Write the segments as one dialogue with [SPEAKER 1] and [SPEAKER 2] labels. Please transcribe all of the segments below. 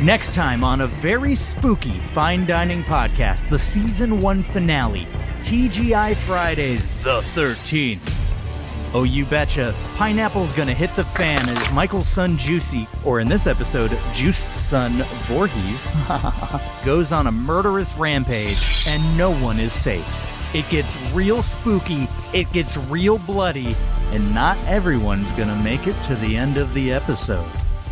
[SPEAKER 1] Next time on a very spooky fine dining podcast, the season one finale, TGI Fridays the 13th. Oh, you betcha, pineapple's gonna hit the fan as Michael's son Juicy, or in this episode, Juice son Voorhees, goes on a murderous rampage and no one is safe. It gets real spooky, it gets real bloody, and not everyone's gonna make it to the end of the episode.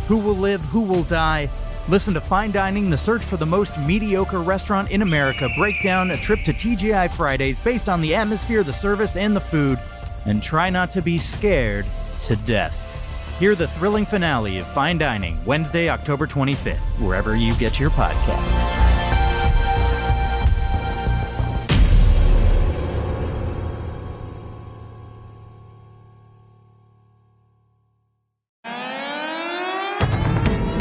[SPEAKER 1] Who will live, who will die? Listen to Fine Dining, the search for the most mediocre restaurant in America, break down a trip to TGI Fridays based on the atmosphere, the service, and the food, and try not to be scared to death. Hear the thrilling finale of Fine Dining, Wednesday, October 25th, wherever you get your podcasts.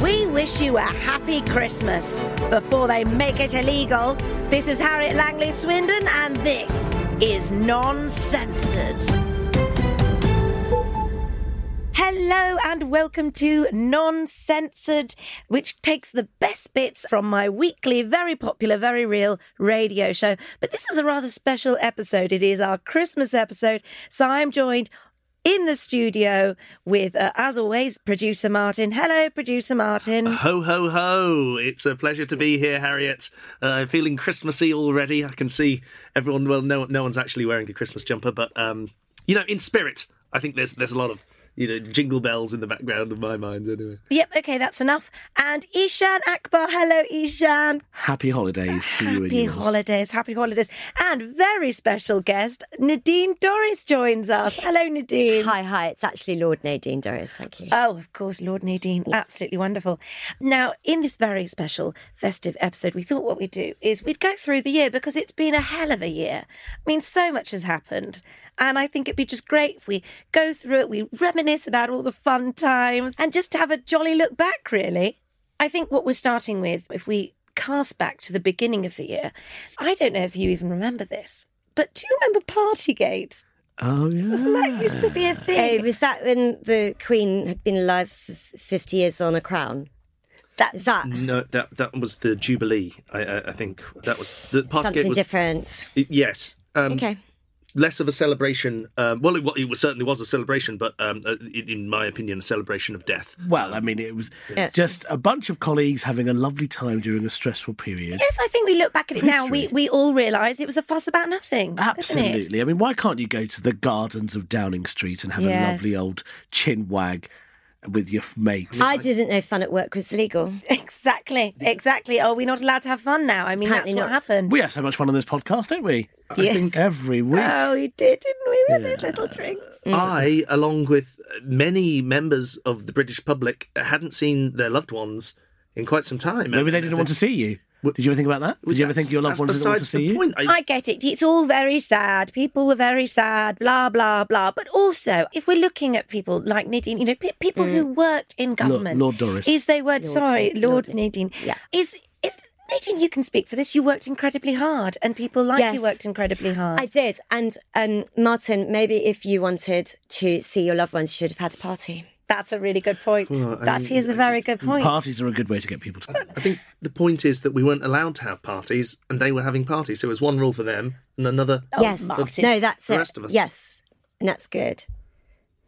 [SPEAKER 2] We wish you a happy Christmas. Before they make it illegal, this is Harriet Langley Swindon, and this is Non Censored. Hello and welcome to Non Censored, which takes the best bits from my weekly, very popular, very real radio show. But this is a rather special episode. It is our Christmas episode. So I'm joined in the studio with, uh, as always, producer Martin. Hello, producer Martin.
[SPEAKER 3] Ho, ho, ho. It's a pleasure to be here, Harriet. Uh, I'm feeling Christmassy already. I can see everyone, well, no, no one's actually wearing a Christmas jumper, but, um, you know, in spirit, I think there's, there's a lot of, you know, jingle bells in the background of my mind anyway.
[SPEAKER 2] Yep, okay, that's enough. And Ishan Akbar, hello Ishan.
[SPEAKER 4] Happy holidays to you and
[SPEAKER 2] Happy
[SPEAKER 4] yours.
[SPEAKER 2] holidays, happy holidays. And very special guest, Nadine Doris joins us. Hello Nadine.
[SPEAKER 5] Hi, hi. It's actually Lord Nadine Doris. Thank
[SPEAKER 3] Uh,
[SPEAKER 5] you.
[SPEAKER 2] Oh, of course, Lord Nadine. Absolutely wonderful. Now, in this very special festive episode, we thought what we'd do is we'd go through the year because it's been a hell of a year. I mean, so much has happened. And I think it'd be just great if we go through it, we reminisce about all the fun times and just have a jolly look back, really. I think what we're starting with, if we cast back to the beginning of the year, I don't know if you even remember this, but do you remember Partygate?
[SPEAKER 4] Oh yeah.
[SPEAKER 2] That used to be a
[SPEAKER 5] Oh,
[SPEAKER 2] thing.
[SPEAKER 5] was that when the Queen had been alive for f- 50 years on a crown?
[SPEAKER 2] That's
[SPEAKER 5] Is that
[SPEAKER 3] No, that that was the Jubilee, I, I, I think. That was the part
[SPEAKER 5] something
[SPEAKER 3] was, Mm,
[SPEAKER 5] different?
[SPEAKER 3] Yes. Um,
[SPEAKER 5] Okay.
[SPEAKER 3] Less of a celebration. Um, well, it, wa- it was, certainly was a celebration, but um, uh, in in my opinion, a celebration of death.
[SPEAKER 4] Well, I mean, it was
[SPEAKER 5] Yes.
[SPEAKER 4] just a bunch of colleagues having a lovely time during a stressful period.
[SPEAKER 2] Yes, I think we look back at it now. and We
[SPEAKER 4] History.
[SPEAKER 2] we all realise it was a fuss about nothing. wasn't it?
[SPEAKER 4] Absolutely. I mean, why can't you go to the gardens of Downing Street and have a lovely
[SPEAKER 2] Yes.
[SPEAKER 4] old chin wag with your mates?
[SPEAKER 5] I didn't know fun at work was legal.
[SPEAKER 2] Exactly, exactly. Are we not allowed to have fun now? I mean,
[SPEAKER 5] Apparently
[SPEAKER 2] that's what
[SPEAKER 5] not.
[SPEAKER 2] happened.
[SPEAKER 4] we have so much fun on this podcast, don't we? I
[SPEAKER 2] Yes.
[SPEAKER 4] think every week.
[SPEAKER 2] oh, we did, didn't we? We had those little drinks.
[SPEAKER 4] Mm.
[SPEAKER 3] I, along with many members of the British public, hadn't seen their loved ones in quite some time.
[SPEAKER 4] Maybe they didn't want to see you. Did you ever think about that? Did you ever think your loved ones didn't want to see you?
[SPEAKER 3] Point. I,
[SPEAKER 2] I get it. It's all very sad. People were very sad, blah, blah, blah. But also, if we're looking at people like Nadine, you know, pe- people who worked in government.
[SPEAKER 4] Mm. Lord Doris.
[SPEAKER 2] Is they were, sorry, Lord,
[SPEAKER 5] Lord-
[SPEAKER 2] Nadine.
[SPEAKER 5] Yeah.
[SPEAKER 2] Is, is, Nadine, you can speak for this. You worked incredibly hard, and people like
[SPEAKER 5] Yes.
[SPEAKER 2] you worked incredibly
[SPEAKER 3] Uh,
[SPEAKER 2] hard.
[SPEAKER 5] I did. And um, Martin, maybe if you wanted to see your loved ones, you should have had a party.
[SPEAKER 2] That's a really good point.
[SPEAKER 3] Well, I
[SPEAKER 2] that
[SPEAKER 3] mean,
[SPEAKER 2] is a very good point.
[SPEAKER 4] Parties are a good way to get people to.
[SPEAKER 3] I think the point is that we weren't allowed to have parties, and they were having parties. So it was one rule for them, and another.
[SPEAKER 5] yes.
[SPEAKER 2] Martin.
[SPEAKER 5] No, that's
[SPEAKER 3] Oh, The
[SPEAKER 5] it.
[SPEAKER 3] rest of us.
[SPEAKER 5] Yes. And that's good.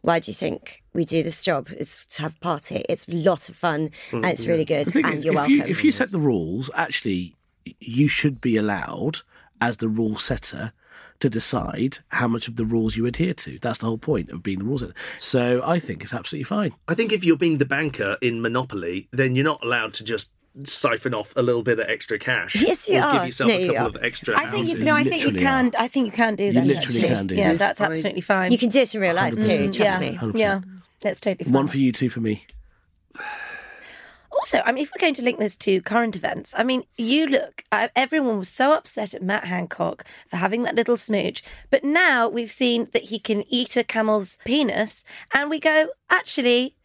[SPEAKER 5] Why do you think we do this job? It's to have a party. It's a lot of fun and
[SPEAKER 3] Mm,
[SPEAKER 5] it's really good.
[SPEAKER 4] The thing
[SPEAKER 5] And
[SPEAKER 4] is,
[SPEAKER 5] you're
[SPEAKER 4] if
[SPEAKER 5] welcome.
[SPEAKER 4] You, if you set the rules, actually, you should be allowed, as the rule setter, to decide how much of the rules you adhere to. That's the whole point of being the rule setter. So I think it's absolutely fine.
[SPEAKER 3] I think if you're being the banker in Monopoly, then you're not allowed to just siphon off a little bit of extra cash.
[SPEAKER 5] Yes, you
[SPEAKER 3] or
[SPEAKER 5] are.
[SPEAKER 3] give yourself
[SPEAKER 5] No,
[SPEAKER 3] a
[SPEAKER 5] you
[SPEAKER 3] couple
[SPEAKER 5] are.
[SPEAKER 3] of extra.
[SPEAKER 2] I think you,
[SPEAKER 4] houses
[SPEAKER 2] no, I think you
[SPEAKER 4] literally
[SPEAKER 2] can. I think you can do
[SPEAKER 4] You
[SPEAKER 2] that.
[SPEAKER 4] literally
[SPEAKER 2] actually.
[SPEAKER 4] can do
[SPEAKER 2] Yeah,
[SPEAKER 4] this.
[SPEAKER 2] that's
[SPEAKER 3] I-
[SPEAKER 2] absolutely fine. Mm,
[SPEAKER 5] You can do it in real life too,
[SPEAKER 4] 100%.
[SPEAKER 5] trust
[SPEAKER 2] yeah,
[SPEAKER 5] me.
[SPEAKER 2] yeah, that's totally fine.
[SPEAKER 4] One for you, two for me.
[SPEAKER 2] Also, I mean, if we're going to link this to current events, I mean, you look. Uh, everyone was so upset at Matt Hancock for having that little smooch, but now we've seen that he can eat a camel's penis, and we go, actually,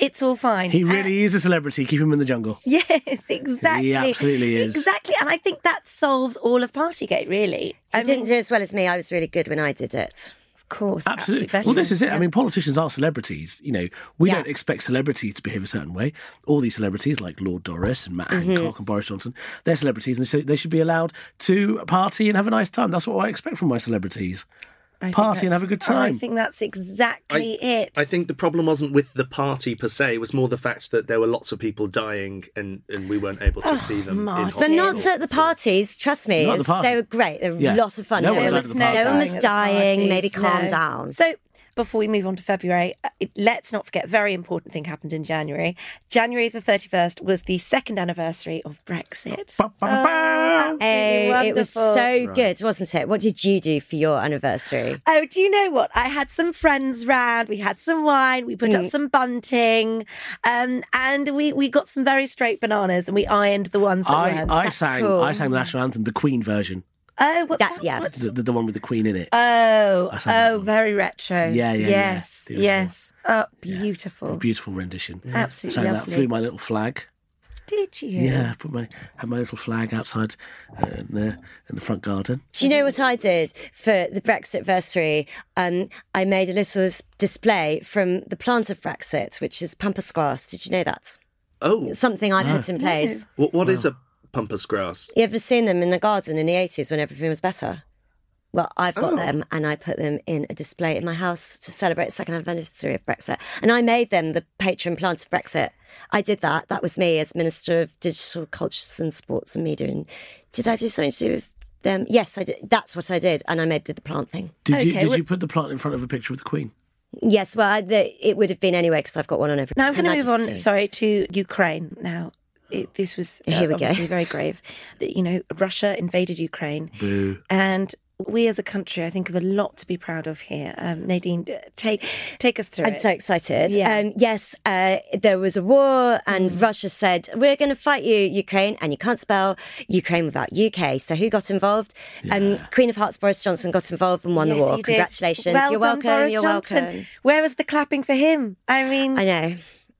[SPEAKER 2] it's all fine.
[SPEAKER 4] He
[SPEAKER 2] And-
[SPEAKER 4] really is a celebrity. Keep him in the jungle.
[SPEAKER 2] Yes, exactly.
[SPEAKER 4] absolutely is.
[SPEAKER 2] Exactly. And I think that solves all of Partygate, really.
[SPEAKER 5] I
[SPEAKER 2] I
[SPEAKER 5] didn't
[SPEAKER 2] mean,
[SPEAKER 5] do as well as me. I was really good when I did it.
[SPEAKER 2] of course.
[SPEAKER 4] Absolutely.
[SPEAKER 2] absolute
[SPEAKER 4] Well, this is it.
[SPEAKER 2] veteran.
[SPEAKER 4] I
[SPEAKER 2] Yeah.
[SPEAKER 4] mean, politicians are celebrities. You know, we
[SPEAKER 5] Yeah.
[SPEAKER 4] don't expect celebrities to behave a certain way. All these celebrities, like Lord Doris and Matt
[SPEAKER 2] Mm-hmm.
[SPEAKER 4] Hancock and Boris Johnson, they're celebrities, and so they should be allowed to party and have a nice time. That's what I expect from my celebrities.
[SPEAKER 2] I think
[SPEAKER 4] Party and
[SPEAKER 2] that's- Oh,
[SPEAKER 4] have a good
[SPEAKER 2] I
[SPEAKER 4] time.
[SPEAKER 2] think that's exactly it.
[SPEAKER 3] I think the problem wasn't with the party per se; it was more the fact that there were lots of people dying, and, and we weren't able to see them.
[SPEAKER 2] Martin.
[SPEAKER 3] In
[SPEAKER 2] The
[SPEAKER 5] The
[SPEAKER 3] hospital.
[SPEAKER 5] nuns at the parties, trust me,
[SPEAKER 4] Not
[SPEAKER 5] it
[SPEAKER 4] the
[SPEAKER 5] was-
[SPEAKER 4] party.
[SPEAKER 5] they were great. They were
[SPEAKER 4] Yeah.
[SPEAKER 5] a lot of fun.
[SPEAKER 4] No
[SPEAKER 5] No
[SPEAKER 4] one
[SPEAKER 5] one
[SPEAKER 4] died
[SPEAKER 5] was,
[SPEAKER 4] at the parties.
[SPEAKER 5] no one was
[SPEAKER 2] at the
[SPEAKER 5] dying.
[SPEAKER 2] parties,
[SPEAKER 5] Maybe calm
[SPEAKER 2] no.
[SPEAKER 5] down.
[SPEAKER 2] So, before we move on to February, uh, it- let's not forget a very important thing happened in January. January the 31st was the second anniversary of Brexit.
[SPEAKER 4] Ba, ba, ba, ba.
[SPEAKER 5] Hey,
[SPEAKER 2] Absolutely
[SPEAKER 5] Eh, it was so
[SPEAKER 2] wonderful.
[SPEAKER 5] good, wasn't it? What did you do for your anniversary?
[SPEAKER 2] Oh, do you know what? I had some friends round. We had some wine. We put
[SPEAKER 4] Mm.
[SPEAKER 2] up some bunting, um, and we we got some very straight bananas, and we ironed the ones that
[SPEAKER 4] I,
[SPEAKER 2] weren't.
[SPEAKER 4] I sang
[SPEAKER 5] cool.
[SPEAKER 4] I sang the national anthem, the Queen version,
[SPEAKER 2] oh, what's
[SPEAKER 5] That-
[SPEAKER 2] that?
[SPEAKER 5] yeah.
[SPEAKER 2] What's-
[SPEAKER 4] the, the, the one with the Queen in it.
[SPEAKER 2] Oh,
[SPEAKER 4] I sang that
[SPEAKER 2] oh,
[SPEAKER 4] one.
[SPEAKER 2] very retro.
[SPEAKER 4] Yeah, yeah, yeah.
[SPEAKER 2] yes,
[SPEAKER 4] Beautiful.
[SPEAKER 2] yes. Oh, beautiful.
[SPEAKER 4] Beautiful rendition.
[SPEAKER 2] Absolutely
[SPEAKER 4] sang that.
[SPEAKER 2] lovely.
[SPEAKER 4] Flew my little flag.
[SPEAKER 2] Did you?
[SPEAKER 4] Yeah, I put my had my little flag outside uh, in, the, in the front garden.
[SPEAKER 5] Do you know what I did for the Brexit anniversary? Um, I made a little s- display from the plant of Brexit, which is pampas grass. Did you know that?
[SPEAKER 3] Oh,
[SPEAKER 5] It's something I've had in place.
[SPEAKER 3] what, what is a pampas grass?
[SPEAKER 5] You ever seen them in the garden in the 80s when everything was better? Well, I've
[SPEAKER 2] Oh.
[SPEAKER 5] got them and I put them in a display in my house to celebrate the second anniversary of Brexit. And I made them the patron plant of Brexit. I did that. That was me as Minister of Digital Cultures and Sports and Media. And did I do something to do with them? Yes, I did. That's what I did. And I made did the plant thing.
[SPEAKER 4] Did you
[SPEAKER 2] Okay,
[SPEAKER 4] did
[SPEAKER 2] well-
[SPEAKER 4] you put the plant in front of a picture with the Queen?
[SPEAKER 5] Yes, well, I, the, it would have been anyway because I've got one on every.
[SPEAKER 2] Now I'm going
[SPEAKER 5] Her
[SPEAKER 2] to move on.
[SPEAKER 5] Majesty.
[SPEAKER 2] Sorry to Ukraine now. It, this was uh,
[SPEAKER 5] Here we go.
[SPEAKER 2] obviously very grave. That, You know, Russia invaded Ukraine,
[SPEAKER 4] Boo.
[SPEAKER 2] and we as a country, I think, have a lot to be proud of here. Um, Nadine, d- take take us through
[SPEAKER 5] I'm
[SPEAKER 2] it.
[SPEAKER 5] so excited.
[SPEAKER 2] Yeah. Mm.
[SPEAKER 5] Um, yes, uh, there was a war, and Russia said, We're going to fight you, Ukraine. And you can't spell Ukraine without UK. So who got involved? Um, Queen of Hearts Boris Johnson got involved and won
[SPEAKER 2] Yes,
[SPEAKER 5] the war.
[SPEAKER 2] you did.
[SPEAKER 5] Congratulations.
[SPEAKER 2] Well
[SPEAKER 5] you're
[SPEAKER 2] done,
[SPEAKER 5] welcome.
[SPEAKER 2] Boris
[SPEAKER 5] you're
[SPEAKER 2] Johnson.
[SPEAKER 5] welcome.
[SPEAKER 2] Where was the clapping for him? I mean,
[SPEAKER 5] I know.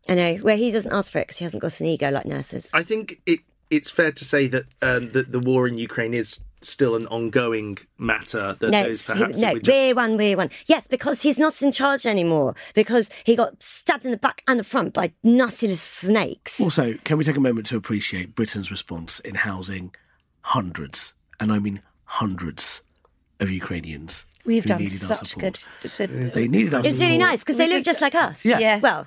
[SPEAKER 5] I know. Where he doesn't ask for it because he hasn't got an ego like nurses.
[SPEAKER 3] I think it it's fair to say that um, the, the war in Ukraine is still an ongoing matter. That
[SPEAKER 5] No,
[SPEAKER 3] those
[SPEAKER 5] it's-
[SPEAKER 3] perhaps
[SPEAKER 5] no,
[SPEAKER 3] we just-
[SPEAKER 5] we're one, we're one. Yes, because he's not in charge anymore. Because he got stabbed in the back and the front by nasty little snakes.
[SPEAKER 4] Also, can we take a moment to appreciate Britain's response in housing hundreds, and I mean hundreds, of Ukrainians?
[SPEAKER 2] we've
[SPEAKER 4] who
[SPEAKER 2] done
[SPEAKER 4] needed our
[SPEAKER 2] such good.
[SPEAKER 4] support.
[SPEAKER 2] good-
[SPEAKER 4] They needed us.
[SPEAKER 5] It's really nice because they look just like us.
[SPEAKER 4] Yeah.
[SPEAKER 2] Yes.
[SPEAKER 5] Well,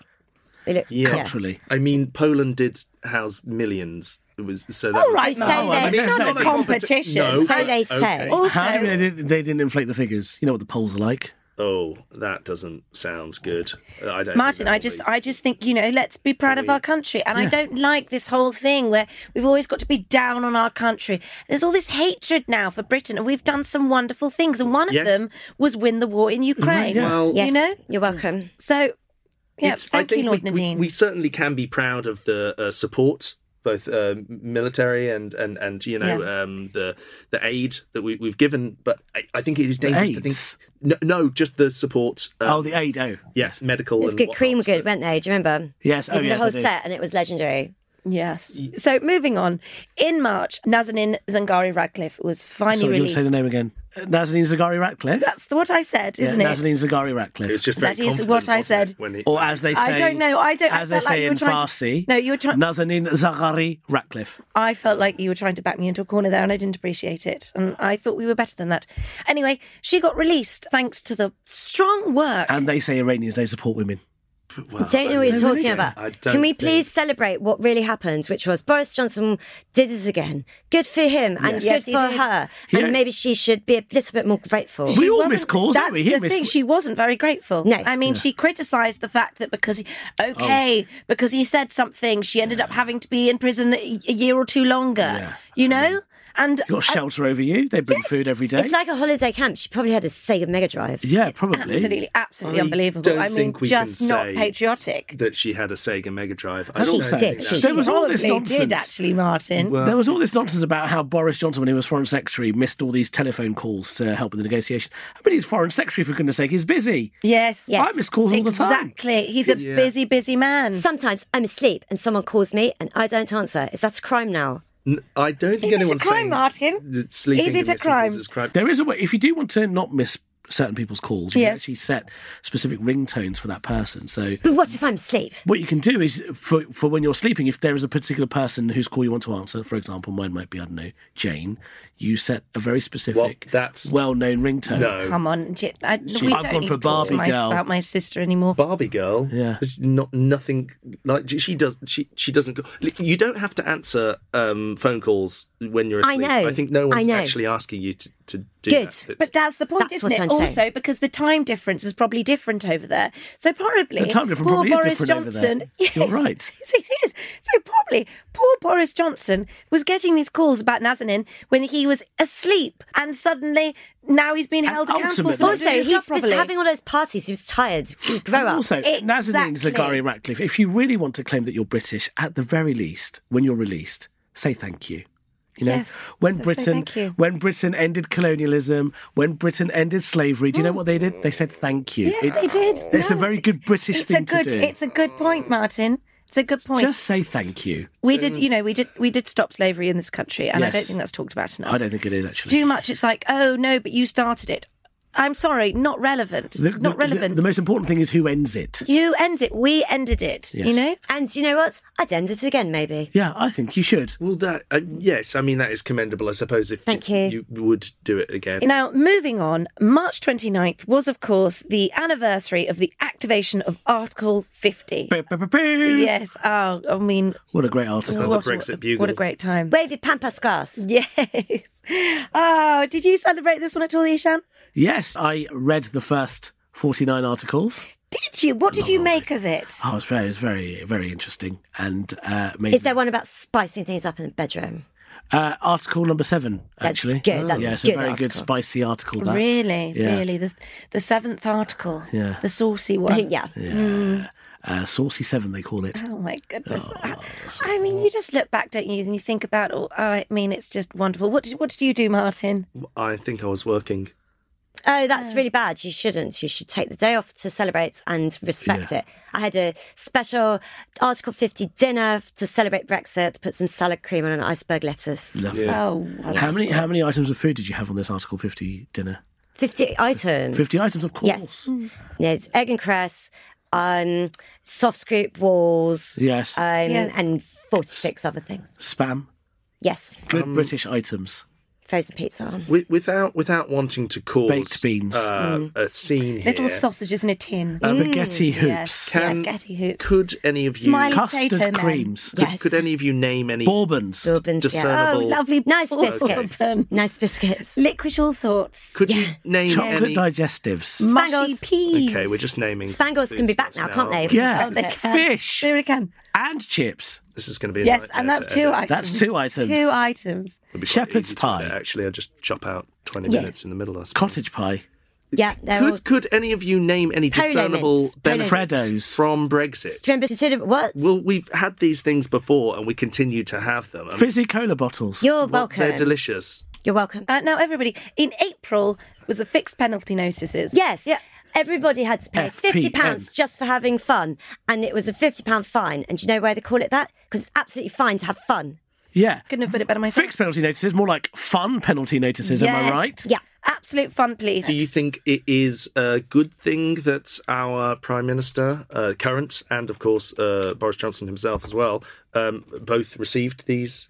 [SPEAKER 5] they look.
[SPEAKER 3] Yeah.
[SPEAKER 4] culturally.
[SPEAKER 3] I mean, Poland did house millions. It was so that
[SPEAKER 2] All
[SPEAKER 3] was-
[SPEAKER 2] right,
[SPEAKER 5] So
[SPEAKER 2] Mark,
[SPEAKER 5] they-
[SPEAKER 2] it's not a
[SPEAKER 4] No,
[SPEAKER 2] competition.
[SPEAKER 3] no,
[SPEAKER 5] So they
[SPEAKER 3] okay.
[SPEAKER 5] say.
[SPEAKER 2] Also,
[SPEAKER 4] How do you know they, didn't- they didn't inflate the figures? You know what the polls are like.
[SPEAKER 3] Oh, that doesn't sound good. I don't. think
[SPEAKER 2] Martin,
[SPEAKER 3] that
[SPEAKER 2] I
[SPEAKER 3] will
[SPEAKER 2] just,
[SPEAKER 3] be-
[SPEAKER 2] I just think you know, let's be proud of our country, and I
[SPEAKER 4] Yeah.
[SPEAKER 2] don't like this whole thing where we've always got to be down on our country. There's all this hatred now for Britain, and we've done some wonderful things, and one of
[SPEAKER 3] Yes.
[SPEAKER 2] them was win the war in Ukraine.
[SPEAKER 4] Mm-hmm. yeah.
[SPEAKER 3] Well,
[SPEAKER 5] Yes,
[SPEAKER 2] You know?
[SPEAKER 5] You're welcome.
[SPEAKER 2] So, yeah,
[SPEAKER 3] It's-
[SPEAKER 2] thank you, Lord
[SPEAKER 3] we, we-
[SPEAKER 2] Nadine.
[SPEAKER 3] We, certainly can be proud of the uh, support, both uh, military and and and you know um, the the aid that we, we've given. But I, I think it is dangerous to think.
[SPEAKER 4] aids?
[SPEAKER 3] No, no, just the support. Uh,
[SPEAKER 4] oh, the aid. Oh,
[SPEAKER 3] yes, medical.
[SPEAKER 5] It was
[SPEAKER 3] and
[SPEAKER 5] good.
[SPEAKER 3] whatnot.
[SPEAKER 5] Cream were good, weren't they? Do you remember?
[SPEAKER 4] yes.
[SPEAKER 5] They
[SPEAKER 4] Oh,
[SPEAKER 5] did
[SPEAKER 4] yes.
[SPEAKER 5] a
[SPEAKER 4] I
[SPEAKER 5] whole
[SPEAKER 4] do.
[SPEAKER 5] set and it was legendary.
[SPEAKER 2] yes. So, moving on, in March, Nazanin Zangari Radcliffe was finally
[SPEAKER 4] Sorry, do you want to
[SPEAKER 2] released.
[SPEAKER 4] say the name again? Uh, Nazanin Zaghari Ratcliffe.
[SPEAKER 2] That's what I said, isn't
[SPEAKER 4] yeah,
[SPEAKER 2] it?
[SPEAKER 4] Nazanin Zaghari
[SPEAKER 3] It was
[SPEAKER 4] Ratcliffe.
[SPEAKER 3] just very
[SPEAKER 2] That is
[SPEAKER 3] confident,
[SPEAKER 2] what I
[SPEAKER 3] wasn't it,
[SPEAKER 2] said.
[SPEAKER 3] when he-
[SPEAKER 4] Or as they say,
[SPEAKER 2] I don't know. I don't- I
[SPEAKER 4] As they
[SPEAKER 2] felt like
[SPEAKER 4] say
[SPEAKER 2] you were
[SPEAKER 4] in
[SPEAKER 2] trying to-
[SPEAKER 4] Farsi,
[SPEAKER 2] No, you were trying-
[SPEAKER 4] Nazanin Zaghari Ratcliffe.
[SPEAKER 2] I felt like you were trying to back me into a corner there and I didn't appreciate it. And I thought we were better than that. Anyway, she got released thanks to the strong work.
[SPEAKER 4] And they say Iranians don't support women.
[SPEAKER 3] Well,
[SPEAKER 5] don't know what you're talking about.
[SPEAKER 3] Uh, I don't
[SPEAKER 5] Can we
[SPEAKER 3] think-
[SPEAKER 5] please celebrate what really happened, which was Boris Johnson did it again. Good for him and
[SPEAKER 2] Yes,
[SPEAKER 5] good
[SPEAKER 2] he
[SPEAKER 5] for
[SPEAKER 2] did.
[SPEAKER 5] her.
[SPEAKER 4] You
[SPEAKER 5] and
[SPEAKER 4] know-
[SPEAKER 5] maybe she should be a little bit more grateful.
[SPEAKER 4] We all
[SPEAKER 2] wasn't-
[SPEAKER 4] miss calls,
[SPEAKER 2] That's
[SPEAKER 4] don't we? Here,
[SPEAKER 2] the
[SPEAKER 4] miss-
[SPEAKER 2] thing. She wasn't very grateful.
[SPEAKER 5] No.
[SPEAKER 2] I mean, she criticised the fact that because, he,
[SPEAKER 4] Oh.
[SPEAKER 2] okay, because he said something, she ended up having to be in prison a a year or two longer. You
[SPEAKER 4] Mm.
[SPEAKER 2] know, and
[SPEAKER 4] Got shelter over you. They bring food every day.
[SPEAKER 5] It's like a holiday camp. She probably had a Sega Mega Drive.
[SPEAKER 4] yeah, probably.
[SPEAKER 2] absolutely, absolutely
[SPEAKER 3] I
[SPEAKER 2] unbelievable.
[SPEAKER 3] don't
[SPEAKER 2] I mean,
[SPEAKER 3] think we can
[SPEAKER 2] just not
[SPEAKER 3] say
[SPEAKER 2] patriotic.
[SPEAKER 3] that she had a Sega Mega Drive. I
[SPEAKER 4] And
[SPEAKER 3] don't
[SPEAKER 4] also-
[SPEAKER 3] think
[SPEAKER 5] did.
[SPEAKER 3] that's-
[SPEAKER 5] She
[SPEAKER 4] there was all this
[SPEAKER 2] Probably
[SPEAKER 4] nonsense.
[SPEAKER 2] did actually, Martin.
[SPEAKER 4] There was all this nonsense about how Boris Johnson, when he was foreign secretary, missed all these telephone calls to help with the negotiation. I mean, he's foreign secretary for goodness' sake. He's busy.
[SPEAKER 2] yes,
[SPEAKER 5] Yes.
[SPEAKER 4] I miss calls all the time.
[SPEAKER 2] Exactly. He's a busy, busy man.
[SPEAKER 5] Sometimes I'm asleep and someone calls me and I don't answer. Is that a crime now?
[SPEAKER 3] N- I don't think
[SPEAKER 2] Is it a
[SPEAKER 3] anyone's
[SPEAKER 2] crime,
[SPEAKER 3] saying
[SPEAKER 2] Martin?
[SPEAKER 3] that sleeping
[SPEAKER 2] Is it
[SPEAKER 3] with
[SPEAKER 2] a
[SPEAKER 3] missing calls
[SPEAKER 2] crime?
[SPEAKER 3] is crime.
[SPEAKER 4] There is a way if you do want to not miss certain people's calls. You can
[SPEAKER 2] Yes.
[SPEAKER 4] actually set specific ringtones for that person. So
[SPEAKER 5] But what if I'm asleep?
[SPEAKER 4] what you can do is for for when you're sleeping, if there is a particular person whose call you want to answer, for example, mine might be I don't know Jane. You set a very specific,
[SPEAKER 3] that's-
[SPEAKER 4] well-known ringtone.
[SPEAKER 3] No.
[SPEAKER 2] Come on, j- I, we
[SPEAKER 4] I've
[SPEAKER 2] don't
[SPEAKER 4] gone
[SPEAKER 2] need
[SPEAKER 4] for
[SPEAKER 2] to talk to
[SPEAKER 4] Barbie
[SPEAKER 2] my,
[SPEAKER 4] girl.
[SPEAKER 2] about my sister anymore.
[SPEAKER 3] Barbie girl.
[SPEAKER 4] Yeah.
[SPEAKER 3] There's not nothing like she does. She she doesn't. go- You don't have to answer um, phone calls when you're
[SPEAKER 5] I
[SPEAKER 3] asleep.
[SPEAKER 5] know.
[SPEAKER 3] I think no
[SPEAKER 5] I
[SPEAKER 3] one's
[SPEAKER 5] know.
[SPEAKER 3] actually asking you to, to do
[SPEAKER 5] Good.
[SPEAKER 3] that. It's-
[SPEAKER 2] But that's the point,
[SPEAKER 5] That's
[SPEAKER 2] isn't
[SPEAKER 5] what
[SPEAKER 2] it?
[SPEAKER 5] I'm saying.
[SPEAKER 2] also, because the time difference is probably different over there. So probably
[SPEAKER 4] The time difference
[SPEAKER 2] poor
[SPEAKER 4] probably is
[SPEAKER 2] Boris
[SPEAKER 4] different over there.
[SPEAKER 2] Johnson. Yes,
[SPEAKER 4] You're right.
[SPEAKER 2] Yes, it is. So probably poor Boris Johnson was getting these calls about Nazanin when he was asleep, and suddenly now he's being held accountable
[SPEAKER 4] ultimately-
[SPEAKER 2] for not
[SPEAKER 5] Also,
[SPEAKER 2] doing his job
[SPEAKER 5] he's been
[SPEAKER 2] properly.
[SPEAKER 5] having all those parties. He was tired. Grow up.
[SPEAKER 4] Also,
[SPEAKER 2] Exactly.
[SPEAKER 4] Nazanin Zaghari Ratcliffe, if you really want to claim that you're British, at the very least, when you're released, say thank you. You know,
[SPEAKER 2] Yes,
[SPEAKER 4] when
[SPEAKER 2] say
[SPEAKER 4] Britain
[SPEAKER 2] thank you.
[SPEAKER 4] when Britain ended colonialism, when Britain ended slavery, do you know what they did? They said thank you.
[SPEAKER 2] Yes,
[SPEAKER 4] It-
[SPEAKER 2] they did.
[SPEAKER 4] It's a
[SPEAKER 2] No,
[SPEAKER 4] very good British
[SPEAKER 2] It's
[SPEAKER 4] thing
[SPEAKER 2] a good.
[SPEAKER 4] to do.
[SPEAKER 2] It's a good point, Martin. It's a good point.
[SPEAKER 4] Just say thank you.
[SPEAKER 2] we did, you know, we did, we did stop slavery in this country, and I
[SPEAKER 4] Um, Yes.
[SPEAKER 2] don't think that's talked about enough.
[SPEAKER 4] I don't think it is
[SPEAKER 2] It's
[SPEAKER 4] actually.
[SPEAKER 2] too much. It's like, oh no, but you started it. I'm sorry, not relevant.
[SPEAKER 4] The- the-
[SPEAKER 2] not relevant.
[SPEAKER 4] The, the most important thing is who ends it.
[SPEAKER 2] you end it. We ended it. You
[SPEAKER 4] Yes.
[SPEAKER 2] know.
[SPEAKER 5] And you know what? I'd end it again, maybe.
[SPEAKER 4] Yeah, I think you should.
[SPEAKER 3] well, that uh, yes, I mean that is commendable. I suppose if
[SPEAKER 5] Thank
[SPEAKER 3] if
[SPEAKER 5] you.
[SPEAKER 3] would do it again.
[SPEAKER 2] Now, moving on, March 29th was, of course, the anniversary of the activation of Article 50.
[SPEAKER 4] Pew, pew, pew, pew.
[SPEAKER 2] Yes. Oh, I mean,
[SPEAKER 4] What a great artist.
[SPEAKER 3] the
[SPEAKER 2] what,
[SPEAKER 3] Brexit
[SPEAKER 2] a,
[SPEAKER 3] bugle.
[SPEAKER 2] what a great time.
[SPEAKER 5] Wave your pampas grass.
[SPEAKER 2] Yes. Oh, did you celebrate this one at all, Ishan?
[SPEAKER 4] Yes, I read the first 49 articles.
[SPEAKER 2] Did you? What did you make of it?
[SPEAKER 4] Oh, it's very, it's very, very interesting. And uh, made
[SPEAKER 5] Is there one about spicing things up in the bedroom?
[SPEAKER 4] Uh, article number seven,
[SPEAKER 5] That's
[SPEAKER 4] actually.
[SPEAKER 5] good, that's
[SPEAKER 4] yeah,
[SPEAKER 5] a
[SPEAKER 4] it's a
[SPEAKER 5] good
[SPEAKER 4] very good,
[SPEAKER 5] article.
[SPEAKER 4] spicy article. That.
[SPEAKER 2] Really,
[SPEAKER 4] Yeah.
[SPEAKER 2] really. The, the seventh article.
[SPEAKER 4] Yeah.
[SPEAKER 2] The saucy one.
[SPEAKER 5] yeah.
[SPEAKER 4] Yeah. Uh, Saucy Seven, they call it.
[SPEAKER 2] Oh my goodness! I, I mean, you just look back, don't you, and you think about. Oh, I mean, it's just wonderful. What did What did you do, Martin?
[SPEAKER 3] I think I was working.
[SPEAKER 5] Oh, that's really bad. You shouldn't. You should take the day off to celebrate and respect it. I had a special Article 50 dinner to celebrate Brexit, put some salad cream on an iceberg lettuce.
[SPEAKER 4] Lovely.
[SPEAKER 2] Oh,
[SPEAKER 4] How many how many items of food did you have on this Article 50 dinner?
[SPEAKER 5] 50 items.
[SPEAKER 4] 50 items, of course.
[SPEAKER 5] Yes. Yeah, it's egg and cress, um, soft scoop walls,
[SPEAKER 4] Yes.
[SPEAKER 5] um,
[SPEAKER 2] Yes.
[SPEAKER 5] and 46 other things.
[SPEAKER 4] Spam.
[SPEAKER 5] Yes.
[SPEAKER 4] Good British items.
[SPEAKER 5] Frozen pizza.
[SPEAKER 3] Wi- Without without wanting to cause
[SPEAKER 4] Baked beans.
[SPEAKER 3] uh,
[SPEAKER 5] Mm.
[SPEAKER 3] a scene here.
[SPEAKER 2] little sausages in a tin.
[SPEAKER 4] Spaghetti hoops.
[SPEAKER 2] yes.
[SPEAKER 3] Can-
[SPEAKER 2] Spaghetti hoops.
[SPEAKER 3] Could any of you
[SPEAKER 2] Smiley
[SPEAKER 4] Custard
[SPEAKER 2] potato man.
[SPEAKER 4] creams.
[SPEAKER 5] Yeah. Yes.
[SPEAKER 3] could any of you name any
[SPEAKER 4] Bourbons.
[SPEAKER 5] Bourbons, yeah.
[SPEAKER 2] Oh,
[SPEAKER 3] Double-
[SPEAKER 2] lovely.
[SPEAKER 5] Nice
[SPEAKER 2] bourbon.
[SPEAKER 5] biscuits. Nice biscuits.
[SPEAKER 2] Liquid all sorts.
[SPEAKER 3] Could you name
[SPEAKER 4] Chocolate
[SPEAKER 3] any?
[SPEAKER 4] digestives.
[SPEAKER 2] Mushy
[SPEAKER 5] Spangles.
[SPEAKER 2] peas.
[SPEAKER 3] okay, we're just naming.
[SPEAKER 5] Spangles can
[SPEAKER 3] food
[SPEAKER 5] be back
[SPEAKER 3] stuffs
[SPEAKER 5] now, can't they?
[SPEAKER 4] Yes.
[SPEAKER 2] Oh, they can.
[SPEAKER 4] Fish.
[SPEAKER 2] There we can.
[SPEAKER 4] And chips.
[SPEAKER 3] This is going to be. A
[SPEAKER 2] Yes, and
[SPEAKER 3] nightmare
[SPEAKER 2] that's
[SPEAKER 3] to
[SPEAKER 2] two
[SPEAKER 3] edit.
[SPEAKER 2] items.
[SPEAKER 4] That's two items.
[SPEAKER 2] Two items.
[SPEAKER 3] It'll be quite
[SPEAKER 4] Shepherd's
[SPEAKER 3] easy to
[SPEAKER 4] pie.
[SPEAKER 3] edit, Actually, I'll just chop out twenty minutes in the middle. I suppose.
[SPEAKER 4] Cottage pie.
[SPEAKER 5] Yeah, they're all.
[SPEAKER 3] Could could any of you name any
[SPEAKER 5] Polo
[SPEAKER 3] discernible
[SPEAKER 5] mints. Polo
[SPEAKER 4] mints.
[SPEAKER 3] benefits from Brexit?
[SPEAKER 5] Do you remember to sit- what?
[SPEAKER 3] Well, we've had these things before, and we continue to have them. and
[SPEAKER 4] Fizzy cola bottles.
[SPEAKER 5] You're
[SPEAKER 3] what-
[SPEAKER 5] welcome.
[SPEAKER 3] They're delicious.
[SPEAKER 5] You're welcome.
[SPEAKER 2] Uh, now, everybody, in April was the fixed penalty notices.
[SPEAKER 5] Yes.
[SPEAKER 2] Yeah.
[SPEAKER 5] Everybody had to pay fifty pounds
[SPEAKER 4] FPN.
[SPEAKER 5] just for having fun, and it was a fifty pound fine. And do you know why they call it that? Because it's absolutely fine to have fun.
[SPEAKER 4] yeah.
[SPEAKER 2] Couldn't have put it better myself.
[SPEAKER 4] Fixed penalty notices, more like fun penalty notices, am I
[SPEAKER 2] Yes.
[SPEAKER 4] right?
[SPEAKER 5] Yeah.
[SPEAKER 2] Absolute fun, please.
[SPEAKER 3] Do you think it is a good thing that our Prime Minister, uh, current, and of course uh, Boris Johnson himself as well, um, both received these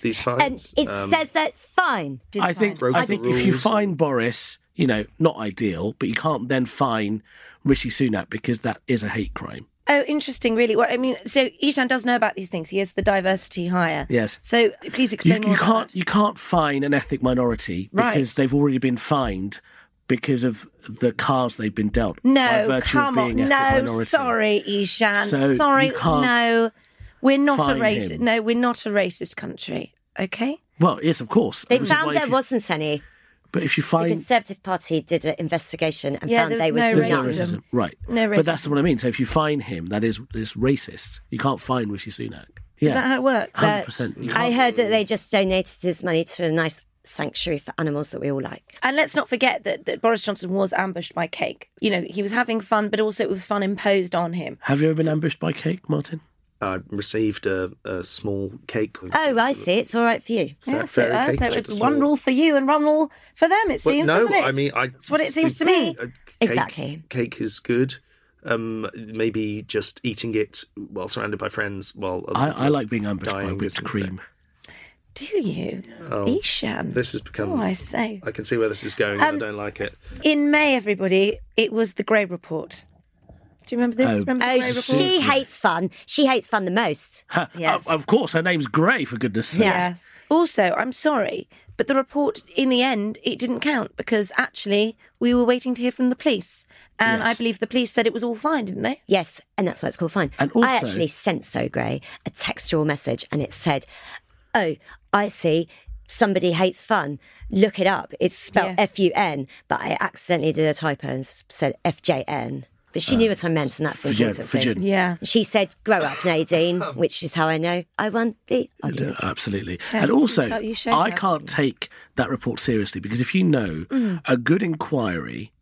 [SPEAKER 3] these
[SPEAKER 5] And
[SPEAKER 3] fines?
[SPEAKER 5] it
[SPEAKER 3] Um,
[SPEAKER 5] says that's fine.
[SPEAKER 2] Just
[SPEAKER 4] I think
[SPEAKER 2] fine.
[SPEAKER 3] Broke
[SPEAKER 4] I
[SPEAKER 3] the
[SPEAKER 4] think if you
[SPEAKER 3] rules.
[SPEAKER 4] fine Boris, you know, not ideal, but you can't then fine Rishi Sunak because that is a hate crime.
[SPEAKER 2] Oh, interesting, really. Well, I mean, so Ishan does know about these things. He is the diversity hire.
[SPEAKER 4] Yes.
[SPEAKER 2] So please
[SPEAKER 4] You,
[SPEAKER 2] explain more.
[SPEAKER 4] you
[SPEAKER 2] about
[SPEAKER 4] can't
[SPEAKER 2] that.
[SPEAKER 4] you can't fine an ethnic minority
[SPEAKER 2] Right.
[SPEAKER 4] because they've already been fined because of the cards they've been dealt. by
[SPEAKER 2] No,
[SPEAKER 4] virtue
[SPEAKER 2] come
[SPEAKER 4] of
[SPEAKER 2] on.
[SPEAKER 4] being ethnic
[SPEAKER 2] No,
[SPEAKER 4] minority.
[SPEAKER 2] sorry, Ishan.
[SPEAKER 4] So you
[SPEAKER 2] sorry,
[SPEAKER 4] can't
[SPEAKER 2] no. We're not a
[SPEAKER 4] fine
[SPEAKER 2] racist.
[SPEAKER 4] him.
[SPEAKER 2] No, we're not a racist country. Okay.
[SPEAKER 4] Well, yes, of course.
[SPEAKER 5] They
[SPEAKER 4] This is why
[SPEAKER 5] found
[SPEAKER 4] if
[SPEAKER 5] there
[SPEAKER 4] you-
[SPEAKER 5] wasn't any.
[SPEAKER 4] But if you
[SPEAKER 5] The
[SPEAKER 4] find
[SPEAKER 5] Conservative Party did an investigation and
[SPEAKER 2] Yeah,
[SPEAKER 5] found
[SPEAKER 2] there
[SPEAKER 5] they
[SPEAKER 2] was no
[SPEAKER 5] was
[SPEAKER 4] there's
[SPEAKER 5] not.
[SPEAKER 4] no
[SPEAKER 2] racism.
[SPEAKER 4] racism, right?
[SPEAKER 2] No
[SPEAKER 4] But
[SPEAKER 2] racism.
[SPEAKER 4] that's what I mean. So if you fine him, that is is racist. You can't fine Rishi Sunak.
[SPEAKER 2] Is that
[SPEAKER 4] Yeah, Uh,
[SPEAKER 2] how it works?
[SPEAKER 4] hundred percent. You
[SPEAKER 5] I heard that they just donated his money to a nice sanctuary for animals that we all like.
[SPEAKER 2] And let's not forget that, that Boris Johnson was ambushed by cake. You know, he was having fun, but also it was fun imposed on him.
[SPEAKER 4] Have you ever been ambushed by cake, Martin?
[SPEAKER 3] I received a, a small cake. with-
[SPEAKER 5] Oh, I see. It's all right for you.
[SPEAKER 2] Yeah,
[SPEAKER 3] Fair-
[SPEAKER 2] so,
[SPEAKER 3] fair
[SPEAKER 2] uh,
[SPEAKER 3] okay,
[SPEAKER 2] so
[SPEAKER 3] just
[SPEAKER 2] it's
[SPEAKER 3] a
[SPEAKER 2] one
[SPEAKER 3] small-
[SPEAKER 2] rule for you and one rule for them. It
[SPEAKER 3] Well,
[SPEAKER 2] seems,
[SPEAKER 3] no,
[SPEAKER 2] doesn't it?
[SPEAKER 3] I mean, I,
[SPEAKER 2] That's what it seems to me.
[SPEAKER 3] Uh, cake-
[SPEAKER 5] Exactly.
[SPEAKER 3] Cake is good. Um, maybe just eating it while surrounded by friends. While other
[SPEAKER 4] I,
[SPEAKER 3] people
[SPEAKER 4] I
[SPEAKER 3] are
[SPEAKER 4] like being ambushed by
[SPEAKER 3] dying is-
[SPEAKER 4] whipped cream.
[SPEAKER 2] Do you,
[SPEAKER 3] Oh,
[SPEAKER 2] Ishan?
[SPEAKER 3] this has become.
[SPEAKER 2] oh, I
[SPEAKER 3] I...
[SPEAKER 2] say.
[SPEAKER 3] can see where this is going.
[SPEAKER 2] Um,
[SPEAKER 3] I don't like it.
[SPEAKER 2] In May, everybody, it was the Grey Report. Do you remember this?
[SPEAKER 4] Oh.
[SPEAKER 2] remember the
[SPEAKER 5] Oh,
[SPEAKER 2] Grey Report?
[SPEAKER 5] she hates fun. She hates fun the most.
[SPEAKER 4] Ha,
[SPEAKER 2] Yes.
[SPEAKER 4] of, of course, her name's Grey, for goodness sake.
[SPEAKER 5] Yeah.
[SPEAKER 2] Yes. Also, I'm sorry, but the report in the end it didn't count because actually we were waiting to hear from the police, and I believe the police said it was all fine, didn't they?
[SPEAKER 5] Yes, and that's why it's called fine.
[SPEAKER 4] And also-
[SPEAKER 5] I actually sent So Grey a textual message and it said, Oh, I see. Somebody hates fun. Look it up. It's spelled
[SPEAKER 2] Yes.
[SPEAKER 5] F U N, but I accidentally did a typo and s- said F J N. But she knew what I meant, and that's the
[SPEAKER 4] Fujin,
[SPEAKER 5] important
[SPEAKER 4] Fujin.
[SPEAKER 5] thing.
[SPEAKER 2] Yeah.
[SPEAKER 5] She said, "Grow up, Nadine," which is how I know I won the
[SPEAKER 4] Yeah,
[SPEAKER 5] argument.
[SPEAKER 4] absolutely.
[SPEAKER 2] Yeah,
[SPEAKER 4] and
[SPEAKER 2] you
[SPEAKER 4] also,
[SPEAKER 2] showed- you showed
[SPEAKER 4] I
[SPEAKER 2] that.
[SPEAKER 4] can't take that report seriously because if you know
[SPEAKER 2] Mm.
[SPEAKER 4] a good inquiry